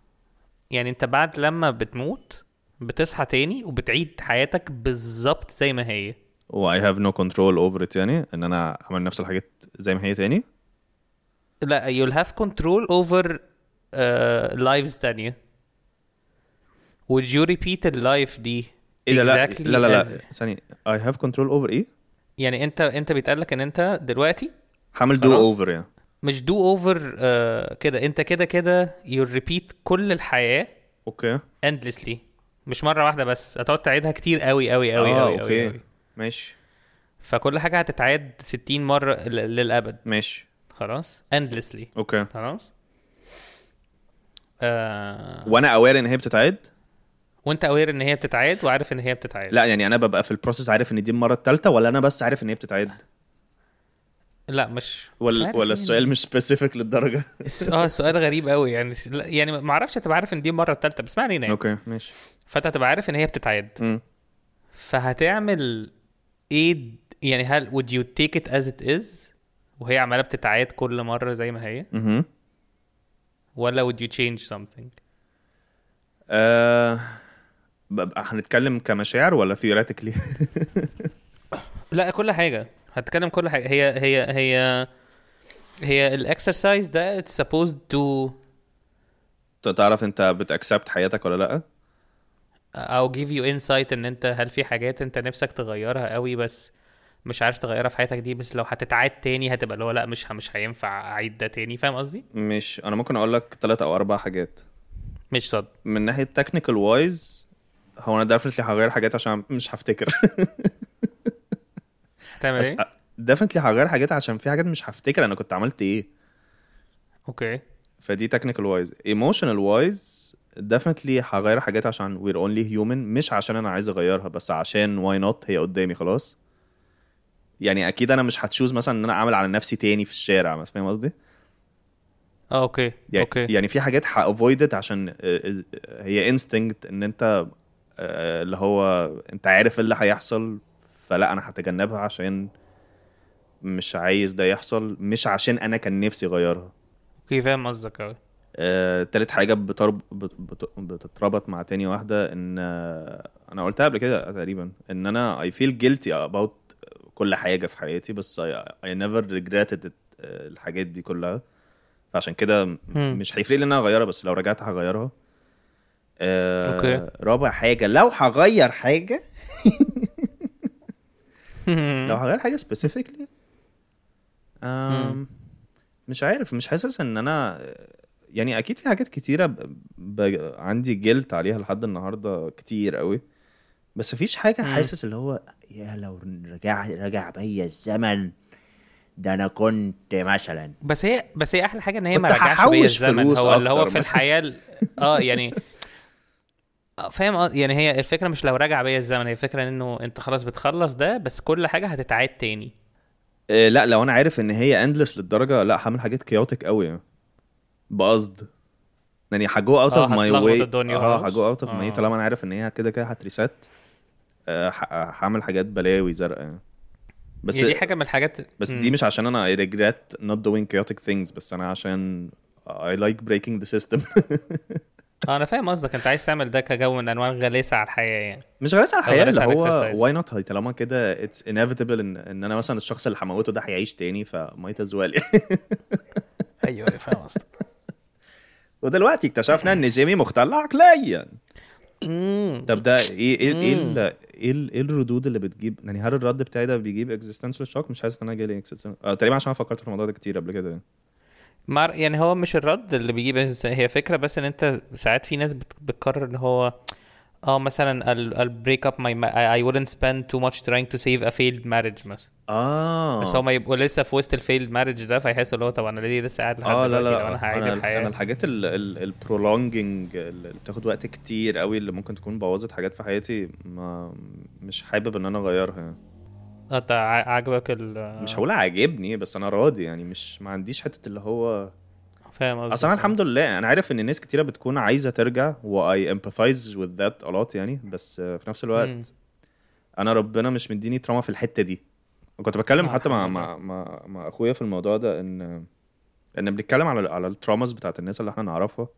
Speaker 2: يعني انت بعد لما بتموت بتصحى تاني وبتعيد حياتك بالظبط زي ما هي
Speaker 1: واي هاف نو كنترول اوفر ات يعني ان انا اعمل نفس الحاجات زي ما هي تاني
Speaker 2: لا you'll have control over uh, lives تانية would you repeat the life دي
Speaker 1: ايه ده لا
Speaker 2: exactly
Speaker 1: لا لا لا
Speaker 2: as-
Speaker 1: ثانيه اي هاف كنترول اوفر ايه
Speaker 2: يعني انت انت بيتقال لك ان انت دلوقتي
Speaker 1: هعمل دو
Speaker 2: خلاص.
Speaker 1: اوفر يعني
Speaker 2: مش do over uh, كده انت كده كده you'll repeat كل الحياة
Speaker 1: اوكي
Speaker 2: endlessly مش مرة واحدة بس هتقعد تعيدها كتير قوي قوي قوي
Speaker 1: اه
Speaker 2: قوي, قوي,
Speaker 1: اوكي
Speaker 2: قوي.
Speaker 1: ماشي
Speaker 2: فكل حاجة هتتعاد 60 مرة ل- للأبد
Speaker 1: ماشي
Speaker 2: خلاص endlessly
Speaker 1: اوكي
Speaker 2: خلاص آه...
Speaker 1: وانا اوير ان هي بتتعد
Speaker 2: وانت اوير ان هي بتتعاد وعارف ان هي بتتعاد
Speaker 1: لا يعني انا ببقى في البروسيس عارف ان دي المره الثالثه ولا انا بس عارف ان هي بتتعد
Speaker 2: لا مش مش
Speaker 1: ولا
Speaker 2: عارف
Speaker 1: ولا
Speaker 2: يعني.
Speaker 1: السؤال مش سبيسيفيك للدرجه
Speaker 2: الس- اه السؤال غريب قوي يعني س- لا- يعني ما اعرفش هتبقى عارف ان دي المره الثالثه بس ما علينا يعني.
Speaker 1: اوكي ماشي
Speaker 2: فانت هتبقى عارف ان هي بتتعاد
Speaker 1: مم.
Speaker 2: فهتعمل ايه د- يعني هل would you take it as it is وهي عماله بتتعاد كل مره زي ما هي
Speaker 1: مهم.
Speaker 2: ولا would you change something
Speaker 1: آه، ببقى هنتكلم كمشاعر ولا ثيوريتيكلي
Speaker 2: لا كل حاجه هتكلم كل حاجه هي هي هي هي الاكسرسايز ده it's supposed to
Speaker 1: تعرف انت بتاكسبت حياتك ولا لا
Speaker 2: او give you insight ان انت هل في حاجات انت نفسك تغيرها قوي بس مش عارف تغيرها في حياتك دي بس لو هتتعاد تاني هتبقى اللي هو لا مش مش هينفع اعيد ده تاني فاهم قصدي؟
Speaker 1: مش انا ممكن اقول لك ثلاث او اربع حاجات
Speaker 2: مش صد
Speaker 1: من ناحيه تكنيكال وايز هو انا ديفنتلي هغير حاجات عشان مش هفتكر
Speaker 2: تعمل ايه؟
Speaker 1: ديفنتلي هغير حاجات عشان في حاجات مش هفتكر انا كنت عملت ايه
Speaker 2: اوكي
Speaker 1: فدي تكنيكال وايز ايموشنال وايز ديفنتلي هغير حاجات عشان وير اونلي هيومن مش عشان انا عايز اغيرها بس عشان واي نوت هي قدامي خلاص يعني اكيد انا مش هتشوز مثلا ان انا اعمل على نفسي تاني في الشارع مثلا فاهم قصدي
Speaker 2: اه اوكي
Speaker 1: يعني,
Speaker 2: اوكي
Speaker 1: يعني في حاجات هافويدت عشان آه، آه، هي انستنكت ان انت آه، اللي هو انت عارف إيه اللي هيحصل فلا انا هتجنبها عشان مش عايز ده يحصل مش عشان انا كان نفسي اغيرها
Speaker 2: اوكي فاهم قصدك قوي
Speaker 1: آه، تالت حاجة بترب... بت... بت... بتتربط مع تاني واحدة ان آه، انا قلتها قبل كده تقريبا ان انا I feel guilty about كل حاجة في حياتي بس I, I never regretted it آه، الحاجات دي كلها فعشان كده م-
Speaker 2: مم.
Speaker 1: مش هيفرق لي ان انا اغيرها بس لو رجعت هغيرها آه،
Speaker 2: أوكي.
Speaker 1: رابع حاجة لو هغير حاجة لو هغير حاجة سبيسيفيكلي مش عارف مش حاسس ان انا يعني اكيد في حاجات كتيره ب... ب... عندي جلت عليها لحد النهارده كتير قوي بس مفيش حاجه حاسس اللي هو يا لو رجع رجع بيا الزمن ده انا كنت مثلا
Speaker 2: بس هي بس هي احلى حاجه ان هي ما
Speaker 1: كنت
Speaker 2: رجعش
Speaker 1: هحوش
Speaker 2: بيا الزمن
Speaker 1: فلوس
Speaker 2: هو اللي هو
Speaker 1: أكتر
Speaker 2: في
Speaker 1: مثلا.
Speaker 2: الحياه ال- اه يعني آه، فاهم قصد- يعني هي الفكره مش لو رجع بيا الزمن هي الفكره انه انت خلاص بتخلص ده بس كل حاجه هتتعاد تاني
Speaker 1: إيه لا لو انا عارف ان هي اندلس للدرجه لا هعمل حاجات كيوتك قوي بقصد يعني هجو اوت
Speaker 2: آه،
Speaker 1: اوف ماي
Speaker 2: هتلخبط
Speaker 1: واي
Speaker 2: الدنيا
Speaker 1: اه
Speaker 2: خلاص.
Speaker 1: هجو اوت اوف ماي
Speaker 2: آه.
Speaker 1: طالما انا عارف ان هي كده كده هتريسات آه، ه- هعمل حاجات بلاوي زرقاء يعني.
Speaker 2: بس
Speaker 1: بس
Speaker 2: يعني دي حاجه من الحاجات
Speaker 1: بس
Speaker 2: مم.
Speaker 1: دي مش عشان انا I regret not doing chaotic things بس انا عشان I like breaking the system
Speaker 2: اه انا فاهم قصدك انت عايز تعمل ده كجو من انواع الغلاسه على الحياه يعني
Speaker 1: مش غلس على
Speaker 2: أو
Speaker 1: الحياه
Speaker 2: غلس
Speaker 1: اللي
Speaker 2: على
Speaker 1: هو
Speaker 2: exercise.
Speaker 1: why not هي طالما كده it's inevitable ان, ان انا مثلا الشخص اللي هموته ده هيعيش تاني فمايت از ويل
Speaker 2: ايوه فاهم قصدك
Speaker 1: ودلوقتي اكتشفنا ان جيمي مختل عقليا
Speaker 2: مم.
Speaker 1: طب ده ايه ايه ايه
Speaker 2: مم.
Speaker 1: ال- ايه ال- إيه الردود اللي بتجيب يعني هل الرد بتاعي ده بيجيب اكزيستنشال شوك مش حاسس ان انا جالي existential- اه تقريبا عشان انا فكرت في الموضوع ده كتير قبل كده يعني.
Speaker 2: مار يعني هو مش الرد اللي بيجيب بس هي فكرة بس ان انت ساعات في ناس بت- بتقرر ان هو اه مثلا I'll, I'll break up my ma- I, I wouldn't spend too much trying to save a failed marriage مثلا
Speaker 1: اه
Speaker 2: بس هما يبقوا لسه في وسط الفيلد ماريج ده فيحسوا اللي هو طب انا ليه لسه قاعد لحد
Speaker 1: اه لا
Speaker 2: دلوقتي
Speaker 1: لا
Speaker 2: لو انا هعيد
Speaker 1: انا
Speaker 2: الحياة
Speaker 1: انا الحاجات البرولونجنج اللي بتاخد وقت كتير قوي اللي ممكن تكون بوظت حاجات في حياتي ما مش حابب ان انا اغيرها يعني.
Speaker 2: آه، انت ع- عاجبك ال
Speaker 1: مش هقول عاجبني بس انا راضي يعني مش ما عنديش حته اللي هو
Speaker 2: فاهم قصدي
Speaker 1: اصلا الحمد لله انا عارف ان ناس كتيره بتكون عايزه ترجع واي امباثايز وذ ذات الوت يعني بس آه، في نفس
Speaker 2: مم.
Speaker 1: الوقت انا ربنا مش مديني تراما في الحته دي كنت بتكلم
Speaker 2: آه،
Speaker 1: حتى مع
Speaker 2: الحمد
Speaker 1: مع مع, مع اخويا في الموضوع ده ان ان بنتكلم على على التراماز بتاعت الناس اللي احنا نعرفها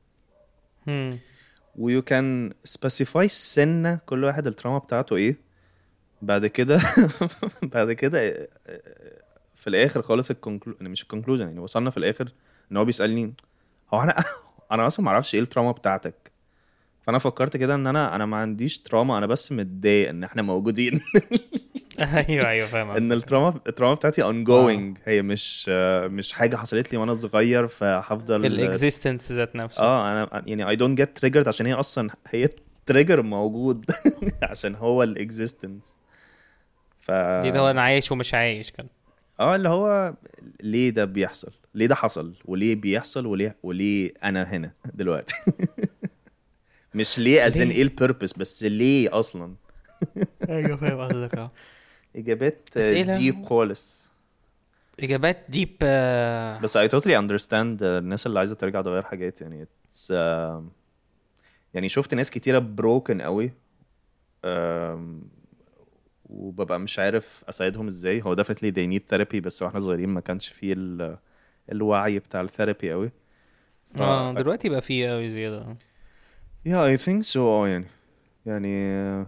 Speaker 2: مم.
Speaker 1: ويو كان سبيسيفاي سنه كل واحد التراما بتاعته ايه بعد كده بعد كده آه، في الاخر خالص الكونكلو مش الكونكلوجن يعني وصلنا في الاخر ان هو بيسالني هو انا انا اصلا ما اعرفش ايه التراما بتاعتك فانا فكرت كده ان انا انا ما عنديش تراما انا بس متضايق ان احنا موجودين
Speaker 2: ايوه ايوه فاهم قصدي.
Speaker 1: ان التراما التراما بتاعتي اون جوينج هي مش آه، مش حاجه حصلت لي وانا صغير فهفضل
Speaker 2: الاكزيستنس ذات نفسه
Speaker 1: اه انا يعني اي دونت جيت تريجرد عشان هي اصلا هي تريجر موجود عشان هو الاكزيستنس ف
Speaker 2: دي اللي هو انا عايش ومش عايش كان
Speaker 1: اه اللي هو ليه ده بيحصل ليه ده حصل وليه بيحصل وليه وليه انا هنا دلوقتي مش ليه ازن
Speaker 2: ليه؟
Speaker 1: ايه البيربس بس ليه اصلا
Speaker 2: ايوه فاهم قصدك اه
Speaker 1: اجابات
Speaker 2: أسئلة.
Speaker 1: ديب خالص
Speaker 2: اجابات ديب آه،
Speaker 1: بس I totally understand الناس اللي عايزه ترجع تغير حاجات يعني it's, um, يعني شفت ناس كتيره broken قوي um, وببقى مش عارف اساعدهم ازاي هو definitely they need therapy بس واحنا صغيرين ما كانش فيه ال- الوعي بتاع الثيرابي قوي آه،
Speaker 2: اه دلوقتي بقى فيه قوي زياده
Speaker 1: yeah I think so اه يعني يعني uh,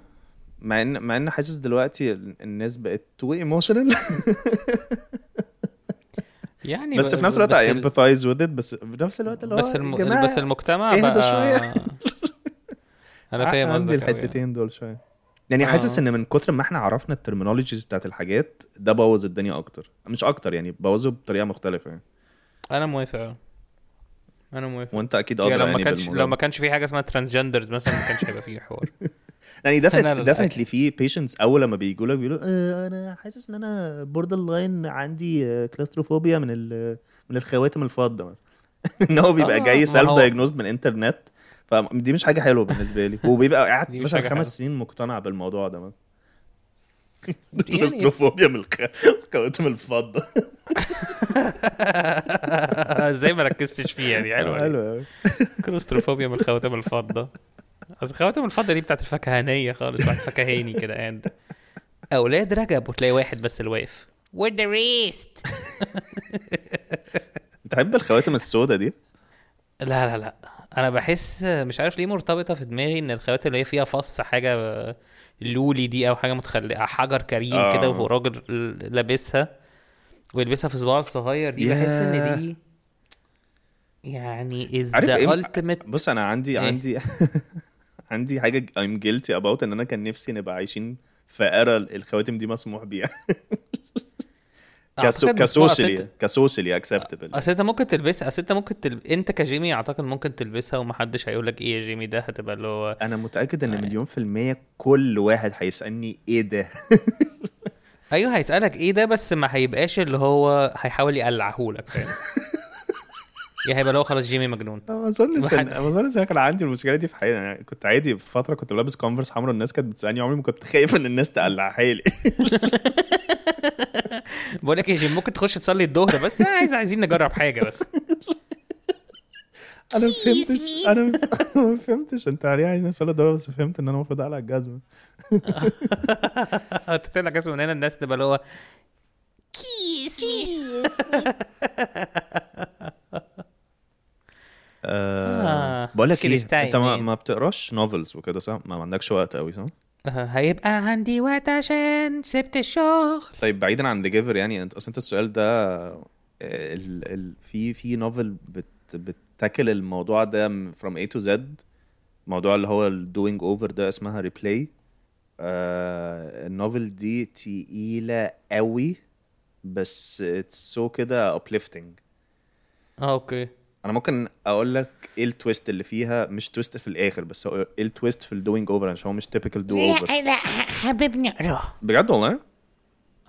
Speaker 1: مع ان مع ان حاسس دلوقتي ال- الناس بقت too emotional
Speaker 2: يعني
Speaker 1: بس
Speaker 2: بقى-
Speaker 1: في نفس الوقت I
Speaker 2: ال-
Speaker 1: empathize with it بس في نفس الوقت اللي هو
Speaker 2: بس
Speaker 1: يا
Speaker 2: الم...
Speaker 1: جماعة
Speaker 2: بس المجتمع
Speaker 1: اهدوا
Speaker 2: بقى
Speaker 1: شوية.
Speaker 2: انا فاهم قصدك
Speaker 1: عندي
Speaker 2: أوي يعني.
Speaker 1: الحتتين دول شويه يعني
Speaker 2: آه.
Speaker 1: حاسس ان من كتر ما احنا عرفنا الترمينولوجيز بتاعت الحاجات ده بوظ الدنيا اكتر مش اكتر يعني بوظه بطريقه مختلفه يعني
Speaker 2: انا موافق أوي. انا موافق
Speaker 1: وانت اكيد
Speaker 2: يعني
Speaker 1: ادرى
Speaker 2: لو ما
Speaker 1: يعني
Speaker 2: كانش
Speaker 1: بالموضوع
Speaker 2: لو ما كانش في حاجه اسمها ترانسجندرز مثلا ما كانش هيبقى فيه حوار
Speaker 1: يعني
Speaker 2: أنا ال-
Speaker 1: ديفنتلي في بيشنتس اول لما بيجوا لك بيقولوا آه انا حاسس ان انا بوردر لاين عندي كلاستروفوبيا من ال- من الخواتم الفضه مثلا ان هو بيبقى
Speaker 2: آه،
Speaker 1: جاي
Speaker 2: ما
Speaker 1: سيلف
Speaker 2: هو-
Speaker 1: دايجنوزد من الانترنت فدي مش حاجه حلوه بالنسبه لي وبيبقى قاعد
Speaker 2: دي مش
Speaker 1: مثلا
Speaker 2: حاجة
Speaker 1: خمس سنين مقتنع بالموضوع ده مثلا
Speaker 2: يعني-
Speaker 1: كلاستروفوبيا من الخ- خواتم الفضه
Speaker 2: ازاي ما ركزتش فيه يعني حلوه
Speaker 1: حلو قوي
Speaker 2: كلوستروفوبيا من خواتم الفضه اصل خواتم الفضه دي بتاعت الفكهانيه خالص واحد فكهاني كده قاعد اولاد رجب وتلاقي واحد بس اللي واقف
Speaker 3: With the rest.
Speaker 1: تحب الخواتم السوداء دي؟
Speaker 2: لا لا لا انا بحس مش عارف ليه مرتبطه في دماغي ان الخواتم اللي هي فيها فص حاجه لولي دي او حاجه متخلقه حجر كريم
Speaker 1: آه.
Speaker 2: آه. كده وفوق راجل لابسها ويلبسها في صباعه الصغير دي بحس
Speaker 1: ياه.
Speaker 2: ان دي يعني از
Speaker 1: عارف
Speaker 2: ذا
Speaker 1: إيه؟
Speaker 2: التيميت
Speaker 1: بص انا عندي
Speaker 2: إيه؟
Speaker 1: عندي عندي حاجه I'm guilty about ان انا كان نفسي نبقى عايشين في era الخواتم دي مسموح بيها كسو كسوشيالي كسوشيالي acceptable
Speaker 2: اصل انت ممكن تلبسها اصل انت ممكن تلب... انت كجيمي اعتقد ممكن تلبسها ومحدش هيقول لك ايه يا جيمي ده هتبقى اللي هو
Speaker 1: انا متاكد
Speaker 2: أيوة.
Speaker 1: ان مليون في الميه كل واحد هيسالني ايه ده
Speaker 2: ايوه هيسالك ايه ده بس ما هيبقاش اللي هو هيحاول يقلعهولك فاهم يا هيبقى اللي هو خلاص جيمي مجنون
Speaker 1: ما اظنش إن-
Speaker 2: واحد-
Speaker 1: ما اظنش إن كان عندي المشكله دي في حياتي انا كنت عادي في فتره كنت لابس كونفرس حمراء الناس كانت بتسالني عمري ما كنت خايف ان الناس تقلعها لي
Speaker 2: بقول لك يا جيمي ممكن تخش تصلي الظهر بس أنا عايز عايزين نجرب حاجه بس
Speaker 1: انا ما
Speaker 3: Excuse
Speaker 1: فهمتش
Speaker 3: me.
Speaker 1: انا ما فهمتش يعني انت ليه عايزني اسال الدولار بس فهمت ان انا المفروض اقلع الجزمه
Speaker 2: تطلع جسم من هنا الناس تبقى اللي هو
Speaker 3: Kiss me.
Speaker 2: آه،
Speaker 1: بقول لك ايه
Speaker 2: كريستاين
Speaker 1: انت ما,
Speaker 2: إيه؟
Speaker 1: ما بتقراش نوفلز وكده صح ما عندكش وقت قوي صح
Speaker 2: آه، هيبقى عندي وقت عشان سبت الشغل
Speaker 1: طيب بعيدا عن ذا جيفر يعني انت اصل انت السؤال ده آه، ال ال في في نوفل بت بتاكل الموضوع ده from A to Z موضوع اللي هو الدوينج اوفر ده اسمها ريبلاي آه النوفل دي تقيلة قوي بس اتس سو كده uplifting
Speaker 2: اه اوكي
Speaker 1: انا ممكن اقول لك ايه التويست اللي فيها مش تويست في الاخر بس هو ايه التويست في الدوينج اوفر عشان هو مش تيبيكال دو اوفر
Speaker 3: لا لا ح- حابب نقراه
Speaker 1: بجد والله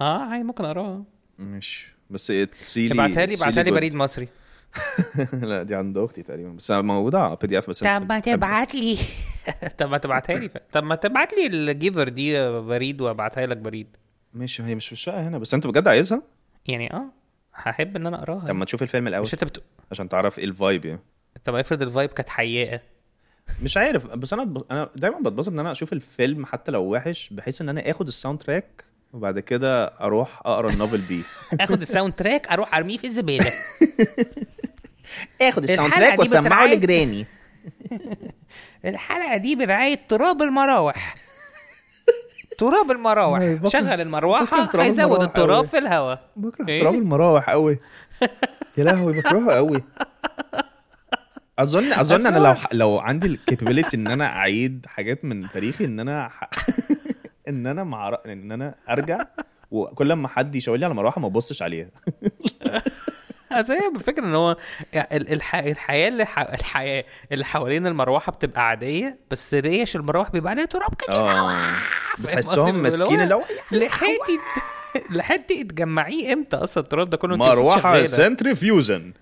Speaker 2: اه عادي ممكن اقراها
Speaker 1: مش بس اتس ريلي
Speaker 2: ابعتها لي ابعتها لي بريد مصري
Speaker 1: لا دي عند اختي تقريبا بس موجوده على بي دي اف بس أنا
Speaker 3: طب ما
Speaker 1: بحب-
Speaker 3: تبعت لي
Speaker 2: طب ما تبعتها لي ف... طب ما تبعت لي الجيفر دي آه، بريد وابعتها لك بريد
Speaker 1: ماشي هي مش في الشقه هنا بس انت بجد عايزها
Speaker 2: يعني اه هحب ان انا اقراها
Speaker 1: طب ما تشوف الفيلم الاول
Speaker 2: مش انت بتقول
Speaker 1: عشان تعرف ايه الفايب يعني
Speaker 2: طب افرض الفايب كانت حقيقه
Speaker 1: مش عارف بس انا اتبس- انا دايما بتبسط ان انا اشوف الفيلم حتى لو وحش بحيث ان انا اخد الساوند تراك وبعد كده اروح اقرا النوفل بيه
Speaker 2: اخد الساوند تراك اروح ارميه في الزباله
Speaker 1: اخد
Speaker 3: الساوند الحلقة تراك دي وأسمعه بترعاك.
Speaker 1: لجيراني
Speaker 3: الحلقه دي برعايه تراب المراوح تراب المراوح
Speaker 2: شغل
Speaker 1: بكره
Speaker 2: المروحه
Speaker 1: تراب
Speaker 2: هيزود
Speaker 1: المروحة
Speaker 2: التراب
Speaker 1: أوي.
Speaker 2: في الهواء
Speaker 1: بكره
Speaker 2: إيه؟
Speaker 1: تراب المراوح قوي يا لهوي بكرهه قوي اظن اظن انا لو ح- لو عندي الكابابيلتي ان انا اعيد حاجات من تاريخي ان انا ح... ان انا مع... ان انا ارجع وكل ما حد يشاور لي على مروحه ما ابصش عليها
Speaker 2: أصل هي الفكره ان هو يعني ال- الح... الحياه اللي ح... الحياه اللي حوالين المروحه بتبقى عاديه بس ريش المروحه بيبقى عليها تراب كتير
Speaker 1: اه بتحسهم
Speaker 2: فاهم قصدي؟ اللي هو-
Speaker 1: ماسكين اللي هو
Speaker 2: لحقتي لحقتي تجمعيه امتى اصلا التراب ده كله وأنت فوق
Speaker 1: مروحه
Speaker 2: شغالة؟
Speaker 1: سنتريفيوجن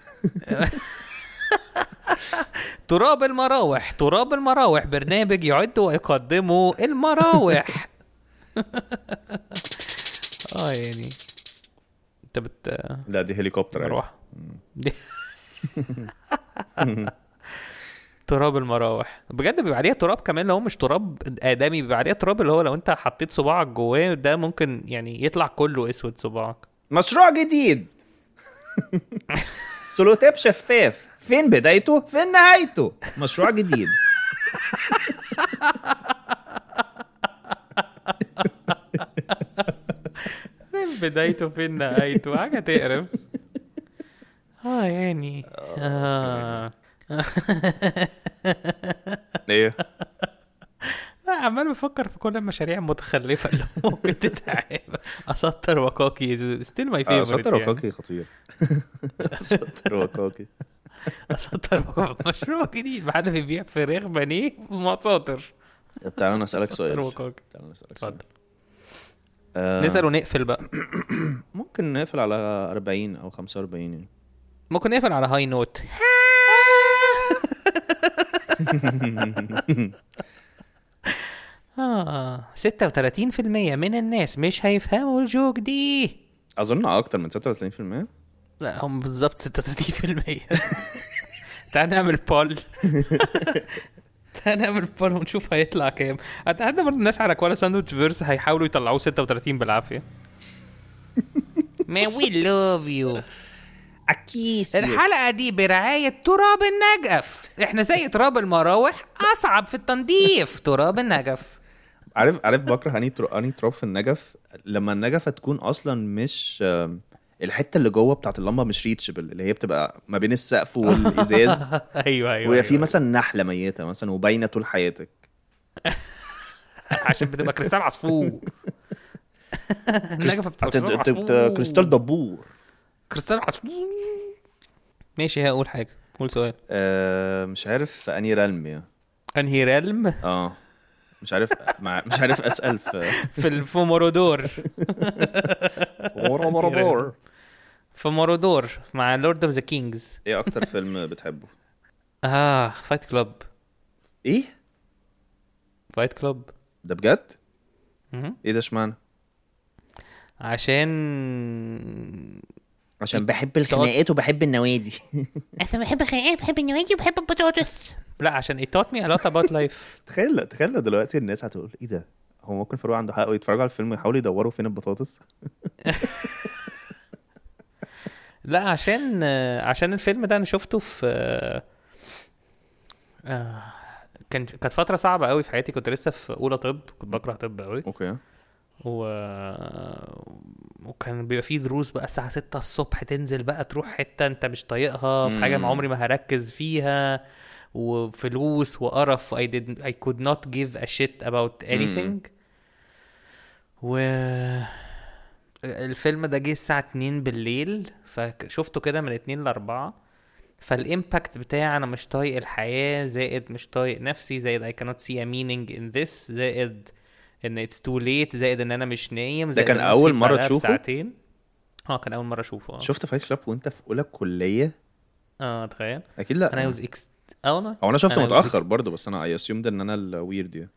Speaker 2: تراب المراوح تراب المراوح برنامج يعد ويقدمه المراوح اه يعني انت بت
Speaker 1: لا دي هليكوبتر عادي.
Speaker 2: مروحه دي- تراب المراوح بجد بيبقى عليها تراب كمان لو مش تراب ادمي بيبقى عليها تراب اللي هو لو انت حطيت صباعك جواه ده ممكن يعني يطلع كله اسود صباعك
Speaker 1: مشروع جديد سولوتيب شفاف فين بدايته فين نهايته مشروع جديد
Speaker 2: فين بدايته فين نهايته حاجه تقرف اه يعني آه.
Speaker 1: ايه
Speaker 2: لا عمال بفكر في كل المشاريع المتخلفه اللي ممكن تتعب اسطر وكوكي ستيل
Speaker 1: آه،
Speaker 2: ماي فيفورت
Speaker 1: سطر وكاكي خطير سطر وكاكي
Speaker 2: اسطر وكوكي مشروع جديد محل بيبيع فراخ بانيه ومساطر
Speaker 1: طب تعالى انا اسالك طيب، سؤال
Speaker 2: سطر وكوكي
Speaker 1: تعالى أنا اسالك سؤال
Speaker 2: اتفضل
Speaker 1: آه،
Speaker 2: نسال ونقفل بقى
Speaker 1: ممكن نقفل على 40 او 45 يعني
Speaker 2: ممكن نقفل على هاي نوت آه 36% من الناس مش هيفهموا الجوك دي
Speaker 1: اظن اكتر من 36%
Speaker 2: لا هم بالظبط 36% تعال نعمل بول تعال نعمل بول ونشوف هيطلع كام اتحدى برضه الناس على كوالا ساندوتش فيرس هيحاولوا يطلعوه 36 بالعافيه
Speaker 3: ما وي لوف يو
Speaker 1: اكيس
Speaker 2: الحلقه دي برعايه تراب النجف احنا زي تراب المراوح اصعب في التنظيف تراب النجف
Speaker 1: عارف عارف بكره اني ترو اني تراب في النجف لما النجفه تكون اصلا مش آم، الحته اللي جوه بتاعت اللمبه مش ريتشبل اللي هي بتبقى ما بين السقف والازاز
Speaker 2: ايوه ايوه,
Speaker 1: وهي في
Speaker 2: أيوة.
Speaker 1: مثلا نحله ميته مثلا وباينه طول حياتك
Speaker 2: عشان بتبقى كريستال عصفور النجفه بتبقى كريستال
Speaker 1: بت- بت-
Speaker 2: عصفور
Speaker 1: كريستال دبور
Speaker 2: كريستال عصفور ماشي هقول حاجه قول سؤال
Speaker 1: آه، مش عارف في اني رلم يعني.
Speaker 2: انهي ريلم
Speaker 1: اه مش عارف مع- مش عارف اسال في
Speaker 2: في ال- في مورودور
Speaker 1: ورا ورا ورا.
Speaker 2: في مورودور مع لورد اوف ذا كينجز
Speaker 1: ايه اكتر فيلم بتحبه
Speaker 2: اه فايت كلوب
Speaker 1: ايه
Speaker 2: فايت كلوب
Speaker 1: ده بجد
Speaker 2: مهم.
Speaker 1: ايه ده اشمعنى
Speaker 2: عشان
Speaker 1: عشان بحب الخناقات وبحب النوادي
Speaker 3: انا بحب الخناقات بحب النوادي وبحب البطاطس
Speaker 2: لا عشان it taught me a lot about life
Speaker 1: تخيل تخيل لو دلوقتي الناس هتقول ايه ده هو ممكن فاروق عنده حق ويتفرجوا على الفيلم ويحاولوا يدوروا فين البطاطس
Speaker 2: لا عشان آه، عشان الفيلم ده انا شفته في آه، آه، كان كانت فترة صعبة قوي في حياتي كنت لسه في أولى طب كنت بكره طب قوي
Speaker 1: اوكي
Speaker 2: و... وكان بيبقى فيه دروس بقى الساعة 6 الصبح تنزل بقى تروح حتة انت مش طايقها في حاجة
Speaker 1: مم.
Speaker 2: ما عمري ما هركز فيها وفلوس وقرف I didn't I could not give a shit about anything و الفيلم ده جه الساعة 2 بالليل فشفته كده من 2 ل 4 فالامباكت بتاع انا مش طايق الحياة زائد مش طايق نفسي زائد I cannot see a meaning in this زائد ان it's too late زائد ان انا مش نايم زائد
Speaker 1: كان
Speaker 2: إن أنا
Speaker 1: أول
Speaker 2: صحيت
Speaker 1: مرة
Speaker 2: بعدها
Speaker 1: تشوفه؟
Speaker 2: بساعتين اه كان اول مرة اشوفه اه
Speaker 1: شفت فايت كلاب وانت في اولى كليه
Speaker 2: اه تخيل
Speaker 1: اكيد لا
Speaker 2: انا was ex- اه والله
Speaker 1: او انا شفته
Speaker 2: أنا was
Speaker 1: متاخر
Speaker 2: ex-
Speaker 1: برضه بس انا اي اسيوم ده ان انا الويرد يعني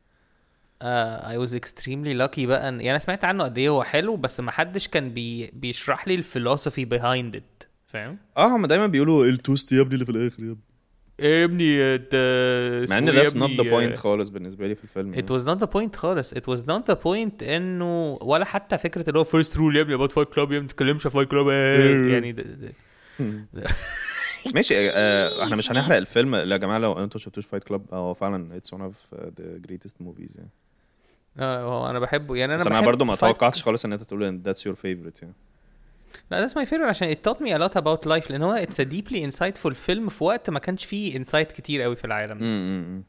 Speaker 2: آه I was extremely lucky بقى ان يعني انا سمعت عنه قد ايه هو حلو بس ما حدش كان بي... بيشرح لي الفلوسفي behind it فاهم؟
Speaker 1: اه هما دايما بيقولوا التوست يا ابني اللي في الاخر يا ابني إيه
Speaker 2: يا ابني انت
Speaker 1: مع ان that's not the point خالص بالنسبه لي في الفيلم يعني.
Speaker 2: آه، It was not the point خالص it was not the point انه ولا حتى فكره اللي هو first rule يا ابني about fight club يا ابني ما تتكلمش فايت كلاب
Speaker 1: إيه.
Speaker 2: يعني ده ده
Speaker 1: ماشي آه احنا مش هنحرق الفيلم يا جماعه لو انتوا شفتوش فايت كلاب هو فعلا اتس ون اوف ذا جريتست موفيز يعني
Speaker 2: آه، هو انا بحبه يعني انا
Speaker 1: بس انا
Speaker 2: بحب
Speaker 1: برضه ما
Speaker 2: Fight-
Speaker 1: توقعتش خالص ان انت تقول ان ذاتس يور فيفورت يعني
Speaker 2: لا that's my favorite عشان it taught me a lot about life لان هو it's a deeply insightful film في وقت ما كانش فيه insight كتير قوي في العالم
Speaker 1: مم، مم،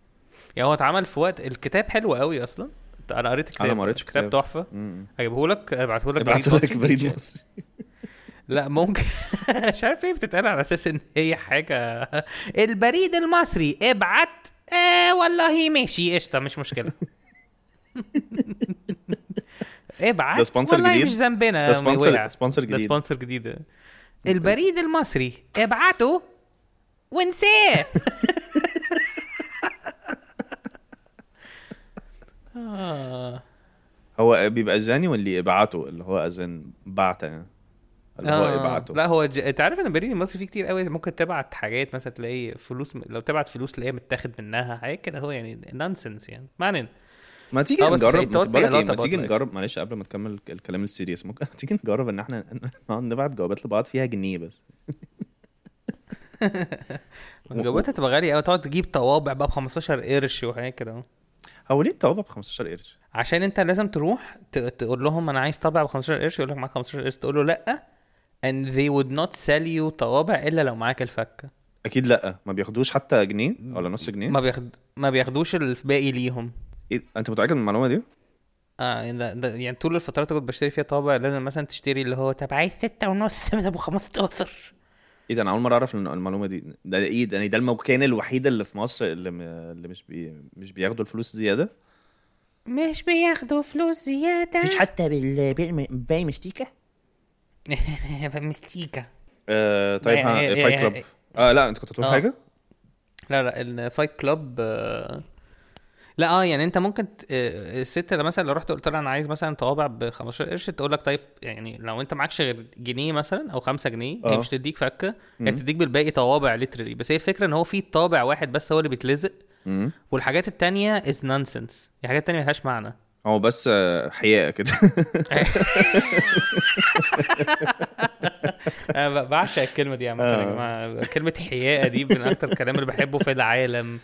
Speaker 2: يعني هو اتعمل في وقت الكتاب حلو قوي اصلا انا قريت الكتاب
Speaker 1: أنا ما قريتش
Speaker 2: كتاب
Speaker 1: كتاب.
Speaker 2: تحفه
Speaker 1: مم.
Speaker 2: هجيبه لك ابعته لك
Speaker 1: ابعت لك بريد مصري
Speaker 2: لا ممكن مش عارف ليه بتتقال على اساس ان هي حاجه البريد المصري ابعت آه والله ماشي قشطه مش مشكله ابعت
Speaker 1: ده sponsor
Speaker 2: والله
Speaker 1: جديد؟
Speaker 2: مش ذنبنا
Speaker 1: ده sponsor-
Speaker 2: وقع.
Speaker 1: sponsor
Speaker 2: ده
Speaker 1: جديد. إيه؟
Speaker 2: سبونسر جديد البريد المصري ابعته وانساه آه.
Speaker 1: هو بيبقى جاني واللي ابعته اللي هو ازن بعت يعني اللي هو
Speaker 2: آه.
Speaker 1: ابعته
Speaker 2: لا هو ج... انت عارف ان البريد المصري فيه كتير قوي ممكن تبعت حاجات مثلا تلاقي فلوس م... لو تبعت فلوس تلاقيها متاخد منها حاجات كده هو يعني نونسنس يعني ما علينا
Speaker 1: ما تيجي
Speaker 2: آه، بس
Speaker 1: نجرب
Speaker 2: فايتات
Speaker 1: ما بقولك
Speaker 2: ليها
Speaker 1: إيه، ما
Speaker 2: علاقة
Speaker 1: تيجي
Speaker 2: برضه.
Speaker 1: نجرب معلش قبل ما تكمل الك- الكلام السيريس ممكن تيجي نجرب ان احنا نقعد نبعت جوابات لبعض فيها جنيه بس
Speaker 2: جواباتها تبقى غاليه قوي تقعد تجيب طوابع بقى ب 15 قرش وحاجات كده اهو
Speaker 1: هو ليه الطوابع ب 15 قرش؟
Speaker 2: عشان انت لازم تروح ت... تقول لهم انا عايز طابع ب 15 قرش يقول لك معاك 15 قرش تقول له لا and they would not sell you طوابع الا لو معاك الفكه
Speaker 1: اكيد لا ما بياخدوش حتى جنيه ولا نص جنيه
Speaker 2: ما بياخد ما بياخدوش الباقي ليهم
Speaker 1: إيه؟ انت متاكد من المعلومه دي؟
Speaker 2: اه ده ده يعني طول الفترات اللي كنت بشتري فيها طابع لازم مثلا تشتري اللي هو طب عايز ستة ونص من ابو 15
Speaker 1: ايه ده انا اول مره اعرف إن المعلومه دي ده ايه ده يعني ده المكان الوحيد اللي في مصر اللي م... اللي مش بي... مش بياخدوا الفلوس زياده
Speaker 2: مش بياخدوا فلوس زيادة
Speaker 4: مفيش حتى بال بال- باي مستيكه
Speaker 2: مستيكة
Speaker 1: آه طيب
Speaker 2: إيه-
Speaker 1: ها
Speaker 2: إيه-
Speaker 1: فايت
Speaker 2: إيه-
Speaker 1: كلاب
Speaker 2: إيه.
Speaker 1: اه لا انت كنت هتقول
Speaker 2: آه.
Speaker 1: حاجه؟
Speaker 2: لا لا الفايت كلاب آه، لا اه يعني انت ممكن ت- آه، الست اللي مثلا لو رحت قلت لها انا عايز مثلا طوابع ب 15 قرش تقول لك طيب يعني لو انت معكش غير جنيه مثلا او 5 جنيه هي
Speaker 1: آه.
Speaker 2: مش تديك فكه هي بتديك بالباقي طوابع ليترلي بس هي الفكره ان هو في طابع واحد بس هو اللي بيتلزق
Speaker 1: مم.
Speaker 2: والحاجات التانية از نونسنس يعني حاجات تانية ملهاش معنى
Speaker 1: هو بس آه، حياء كده
Speaker 2: انا ب- بعشق الكلمه دي عامه
Speaker 1: آه.
Speaker 2: يا جماعه كلمه حياء دي من اكتر الكلام اللي بحبه في العالم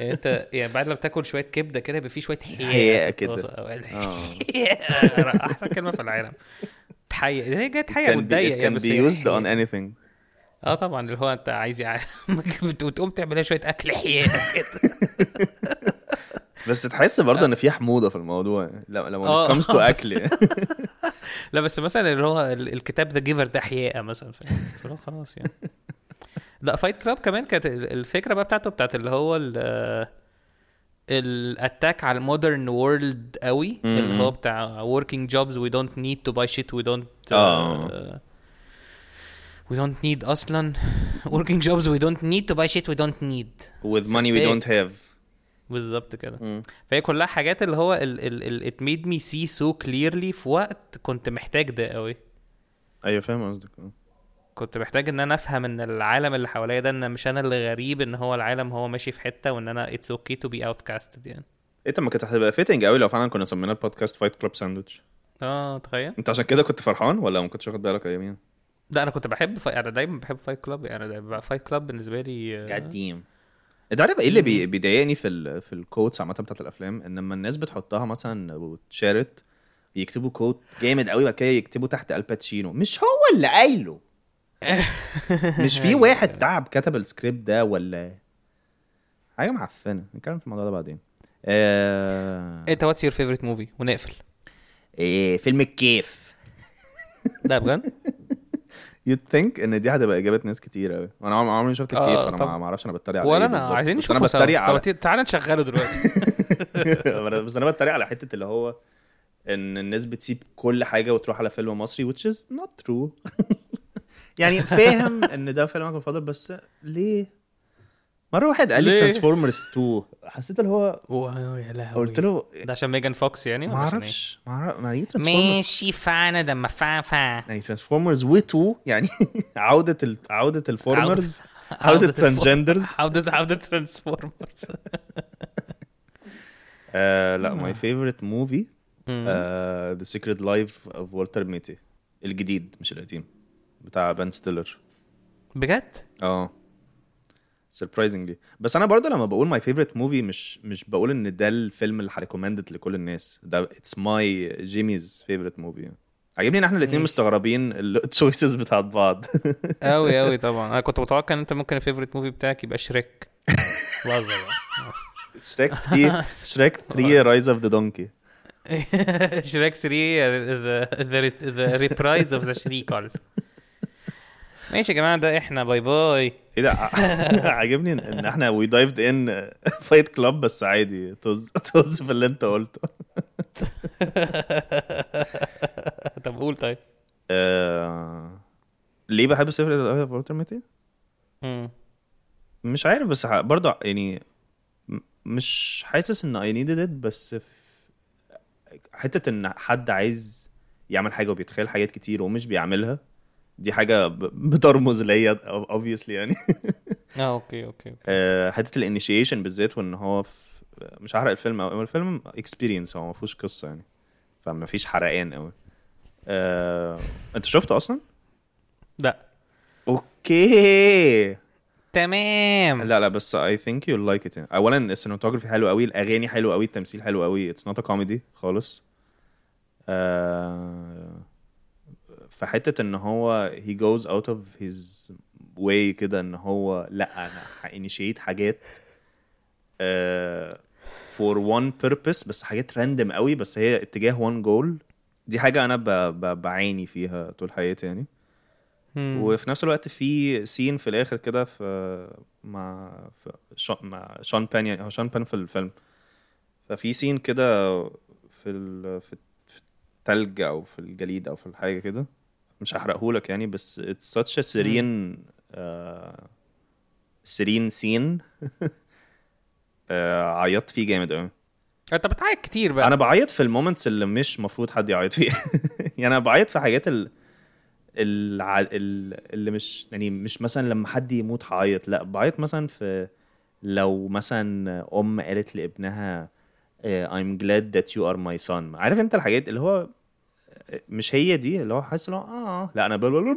Speaker 2: انت يعني بعد ما بتاكل شويه كبده كده يبقى في شويه حياء
Speaker 1: حياء
Speaker 2: في الطاسة.
Speaker 1: كده.
Speaker 2: أو
Speaker 1: آه.
Speaker 2: الحياء احسن كلمه في العالم تحيا هي جايه تحيا
Speaker 1: can be,
Speaker 2: وتضايق
Speaker 1: it
Speaker 2: يعني
Speaker 1: can
Speaker 2: بس
Speaker 1: be
Speaker 2: هي
Speaker 1: used on
Speaker 2: حياء.
Speaker 1: anything
Speaker 2: اه طبعا اللي هو انت عايز يع- وتقوم تعمل لها شويه اكل حياء كده
Speaker 1: بس تحس برضه ان في حموضه في الموضوع لما لما
Speaker 2: آه،
Speaker 1: it comes to
Speaker 2: آه،
Speaker 1: اكل
Speaker 2: لا بس مثلا اللي هو ال- الكتاب ذا جيفر ده حياء مثلا فاهم؟ فلو خلاص يعني لا فايت كلاب كمان كانت ال- الفكره بقى بتاعته بتاعت اللي هو ال- الاتاك على المودرن وورلد قوي اللي هو بتاع working jobs we don't need to buy shit we don't
Speaker 1: آه.
Speaker 2: we don't need اصلا working jobs we don't need to buy shit we don't need
Speaker 1: with money we don't have
Speaker 2: بالظبط كده فهي كلها حاجات اللي هو ال ال ال it made me see so clearly في وقت كنت محتاج ده قوي
Speaker 1: ايوه فاهم قصدك
Speaker 2: كنت محتاج ان انا افهم ان العالم اللي حواليا ده ان مش انا اللي غريب ان هو العالم هو ماشي في حته وان انا اتس اوكي تو بي اوت كاستد يعني
Speaker 1: انت إيه، ما كانت هتبقى فيتنج قوي لو فعلا كنا سمينا البودكاست فايت كلاب ساندوتش
Speaker 2: اه تخيل
Speaker 1: انت عشان كده كنت فرحان ولا ما كنتش واخد بالك ايامين
Speaker 2: لا انا كنت بحب فا... انا دايما بحب فايت كلاب يعني دايما فايت كلاب بالنسبه لي آه،
Speaker 1: قديم انت عارف ايه اللي بي- بيضايقني في ال في الكوتس عامه بتاعت الافلام ان لما الناس بتحطها مثلا وتشارت يكتبوا كوت جامد قوي بعد كده يكتبوا تحت الباتشينو مش هو اللي قايله مش في واحد تعب كتب السكريبت ده ولا
Speaker 5: حاجه معفنه نتكلم في الموضوع ده بعدين آه...
Speaker 2: انت واتس يور فيفورت موفي ونقفل
Speaker 5: إيه فيلم الكيف
Speaker 2: لا بجد
Speaker 1: يو ثينك ان دي هتبقى اجابه ناس كتير قوي وانا عمري عمري ما شفت
Speaker 2: آه،
Speaker 1: الكيف انا
Speaker 2: طب.
Speaker 1: ما- ما اعرفش انا بتريق على
Speaker 2: ولا
Speaker 1: إيه
Speaker 2: انا
Speaker 1: بالظبط،
Speaker 2: عايزين
Speaker 1: بس انا
Speaker 2: نشوفه سوا
Speaker 1: بتريق على
Speaker 2: طب تعالى نشغله دلوقتي
Speaker 1: أنا- بس انا بتريق على حته اللي هو ان الناس بتسيب كل حاجه وتروح على فيلم مصري which is not true يعني فاهم ان ده فيلمك المفضل بس ليه؟ مره واحد قال لي
Speaker 2: ليه؟
Speaker 1: ترانسفورمرز 2 حسيت اللي هو
Speaker 2: واو يا لهوي
Speaker 1: قلت له
Speaker 2: ده عشان ميجان فوكس يعني
Speaker 1: ما
Speaker 2: ولا عشان إيه؟
Speaker 1: اعرفش ما اعرف ما هي ترانسفورمرز
Speaker 3: ماشي فانا دم فعفع
Speaker 1: يعني ترانسفورمرز و2 يعني عوده ال... عوده الفورمرز
Speaker 2: إيه؟
Speaker 1: عوده
Speaker 2: How did it for-
Speaker 1: الترانسجندرز
Speaker 2: How did how did transformers
Speaker 1: آه لا ماي فيفورت موفي ذا سيكريت لايف اوف والتر ميتي الجديد مش القديم بتاع بان ستيلر
Speaker 2: بجد؟
Speaker 1: اه سربرايزنجلي بس انا برضه لما بقول ماي فيفورت موفي مش مش بقول ان ده الفيلم اللي هريكومندد لكل الناس ده اتس ماي جيميز فيفورت موفي عاجبني ان احنا الاثنين مستغربين التشويسز بتاعت بعض
Speaker 2: قوي قوي طبعا انا كنت متوقع ان انت ممكن الفيفورت موفي بتاعك يبقى شريك بهزر
Speaker 1: شريك 3 شريك 3 رايز اوف ذا دونكي
Speaker 2: بقى. شريك 3 ذا ريبرايز اوف ذا شريكال ماشي يا جماعه ده احنا باي باي
Speaker 1: ايه ده ع- عاجبني ان- ان احنا وي دايفد ان فايت كلاب بس عادي طز طز في اللي انت قلته
Speaker 2: طب قول طيب
Speaker 1: آه... ليه بحب سيفر وولتر ميتي؟
Speaker 2: مم.
Speaker 1: مش عارف بس ح- برضه يعني م- مش حاسس ان اي نيدد ات بس في حته ان حد عايز يعمل حاجه وبيتخيل حاجات كتير ومش بيعملها دي حاجه ب- بترمز ليا اوبفيسلي يعني
Speaker 2: اه اوكي اوكي
Speaker 1: آه، حته الانيشيشن بالذات وان هو في مش هحرق الفيلم أوي، هو الفيلم اكسبيرينس هو ما فيهوش قصه يعني فما فيش حرقان قوي آه، انت شفته اصلا
Speaker 2: لا
Speaker 1: اوكي
Speaker 2: تمام
Speaker 1: لا لا بس اي ثينك يو لايك ات اولا السينماتوجرافي حلو قوي الاغاني حلوه قوي التمثيل حلو قوي اتس نوت ا كوميدي خالص آه، فحته ان هو هي جوز اوت اوف هيز واي كده ان هو لا انا هانيشيت حاجات آه، فور وان بيربس بس حاجات راندم قوي بس هي اتجاه وان جول دي حاجه انا ب... ب... بعاني فيها طول حياتي يعني
Speaker 2: مم.
Speaker 1: وفي نفس الوقت في سين في الاخر كده في مع في شون مع شون بان يعني هو شون بان في الفيلم ففي سين كده في ال... في في التلج او في الجليد او في الحاجه كده مش هحرقهولك يعني بس اتس such a serene آه serene scene آه عيطت فيه جامد قوي
Speaker 2: انت بتعيط آه، كتير بقى
Speaker 1: انا بعيط في المومنتس اللي مش مفروض حد يعيط فيها يعني انا بعيط في حاجات ال... الع... ال- اللي مش يعني مش مثلا لما حد يموت هعيط لا بعيط مثلا في لو مثلا ام قالت لابنها آه، I'm glad that you are my son عارف انت الحاجات اللي هو آه، مش هي دي اللي هو حاسس اللي هو اه لا انا بل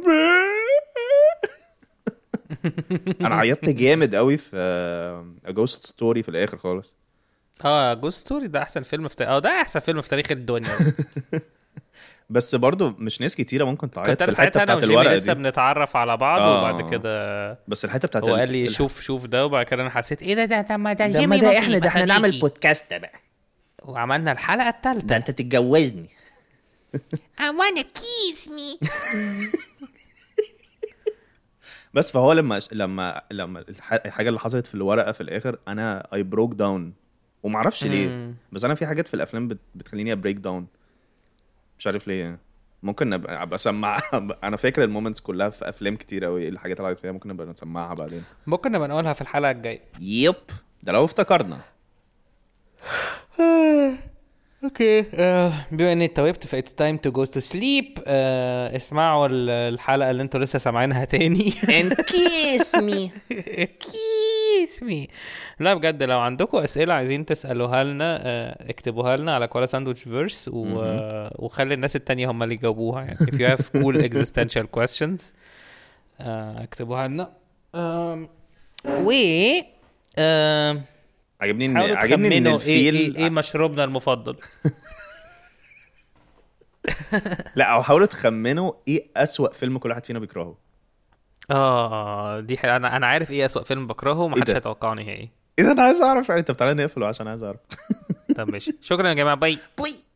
Speaker 1: انا عيطت جامد قوي في آه، A Ghost Story في الاخر خالص
Speaker 2: اه جوست ستوري ده احسن فيلم في تا- اه ده احسن فيلم في تاريخ الدنيا
Speaker 1: بس برضه مش ناس كتيره ممكن تعيط
Speaker 2: كنت
Speaker 1: في
Speaker 2: انا
Speaker 1: الحته
Speaker 2: ساعتها انا
Speaker 1: بتاعت
Speaker 2: وجيمي
Speaker 1: الورقه
Speaker 2: لسه
Speaker 1: دي
Speaker 2: بنتعرف على بعض
Speaker 1: آه.
Speaker 2: وبعد كده
Speaker 1: بس الحته بتاعت
Speaker 2: هو
Speaker 1: ال-
Speaker 2: قال لي
Speaker 1: ال-
Speaker 2: شوف شوف ده وبعد كده انا حسيت ايه
Speaker 3: ايه ده ده ده ما ده
Speaker 4: ده ما
Speaker 3: جيمي
Speaker 4: ده
Speaker 3: بطيء،
Speaker 4: احنا ده احنا
Speaker 3: صديقي.
Speaker 4: نعمل بودكاست ده بقى
Speaker 2: وعملنا الحلقه الثالثه
Speaker 4: ده انت تتجوزني
Speaker 3: I wanna kiss me
Speaker 1: بس فهو لما لما لما الح- الحاجه اللي حصلت في الورقه في الاخر انا اي بروك داون ومعرفش ليه بس انا في حاجات في الافلام بت- بتخليني ابريك داون مش عارف ليه يعني. ممكن ابقى ابقى اسمع انا فاكر المومنتس كلها في افلام كتير قوي الحاجات اللي عيطت فيها ممكن نبقى نسمعها بعدين
Speaker 2: ممكن نبقى نقولها في الحلقه الجايه
Speaker 1: يب ده لو افتكرنا
Speaker 2: اوكي آه، بما اني توبت فايتس تايم تو جو تو سليب آه، اسمعوا ال- الحلقه اللي انتوا لسه سامعينها تاني
Speaker 4: and kiss me
Speaker 2: كيس مي لا بجد لو عندكم اسئله عايزين تسالوها لنا آه، اكتبوها لنا على كوالا ساندويتش فيرس و... آه، وخلي الناس التانية هم اللي يجاوبوها يعني if you have cool existential questions آه، اكتبوها لنا آم، و آم،
Speaker 1: عجبني ان
Speaker 2: حاولوا
Speaker 1: عجبني ان
Speaker 2: تخمنوا ايه
Speaker 1: الفيل
Speaker 2: ايه ايه مشروبنا المفضل
Speaker 1: لا او حاولوا تخمنوا ايه اسوأ فيلم كل واحد فينا بيكرهه
Speaker 2: آه، اه دي حقيقة. انا انا عارف ايه اسوأ فيلم بكرهه
Speaker 1: إيه
Speaker 2: ومحدش
Speaker 1: ده؟
Speaker 2: هيتوقعني هي ايه
Speaker 1: اذا انا عايز اعرف يعني طب تعالى نقفل عشان عايز اعرف
Speaker 2: طب ماشي شكرا يا جماعه باي
Speaker 4: بوي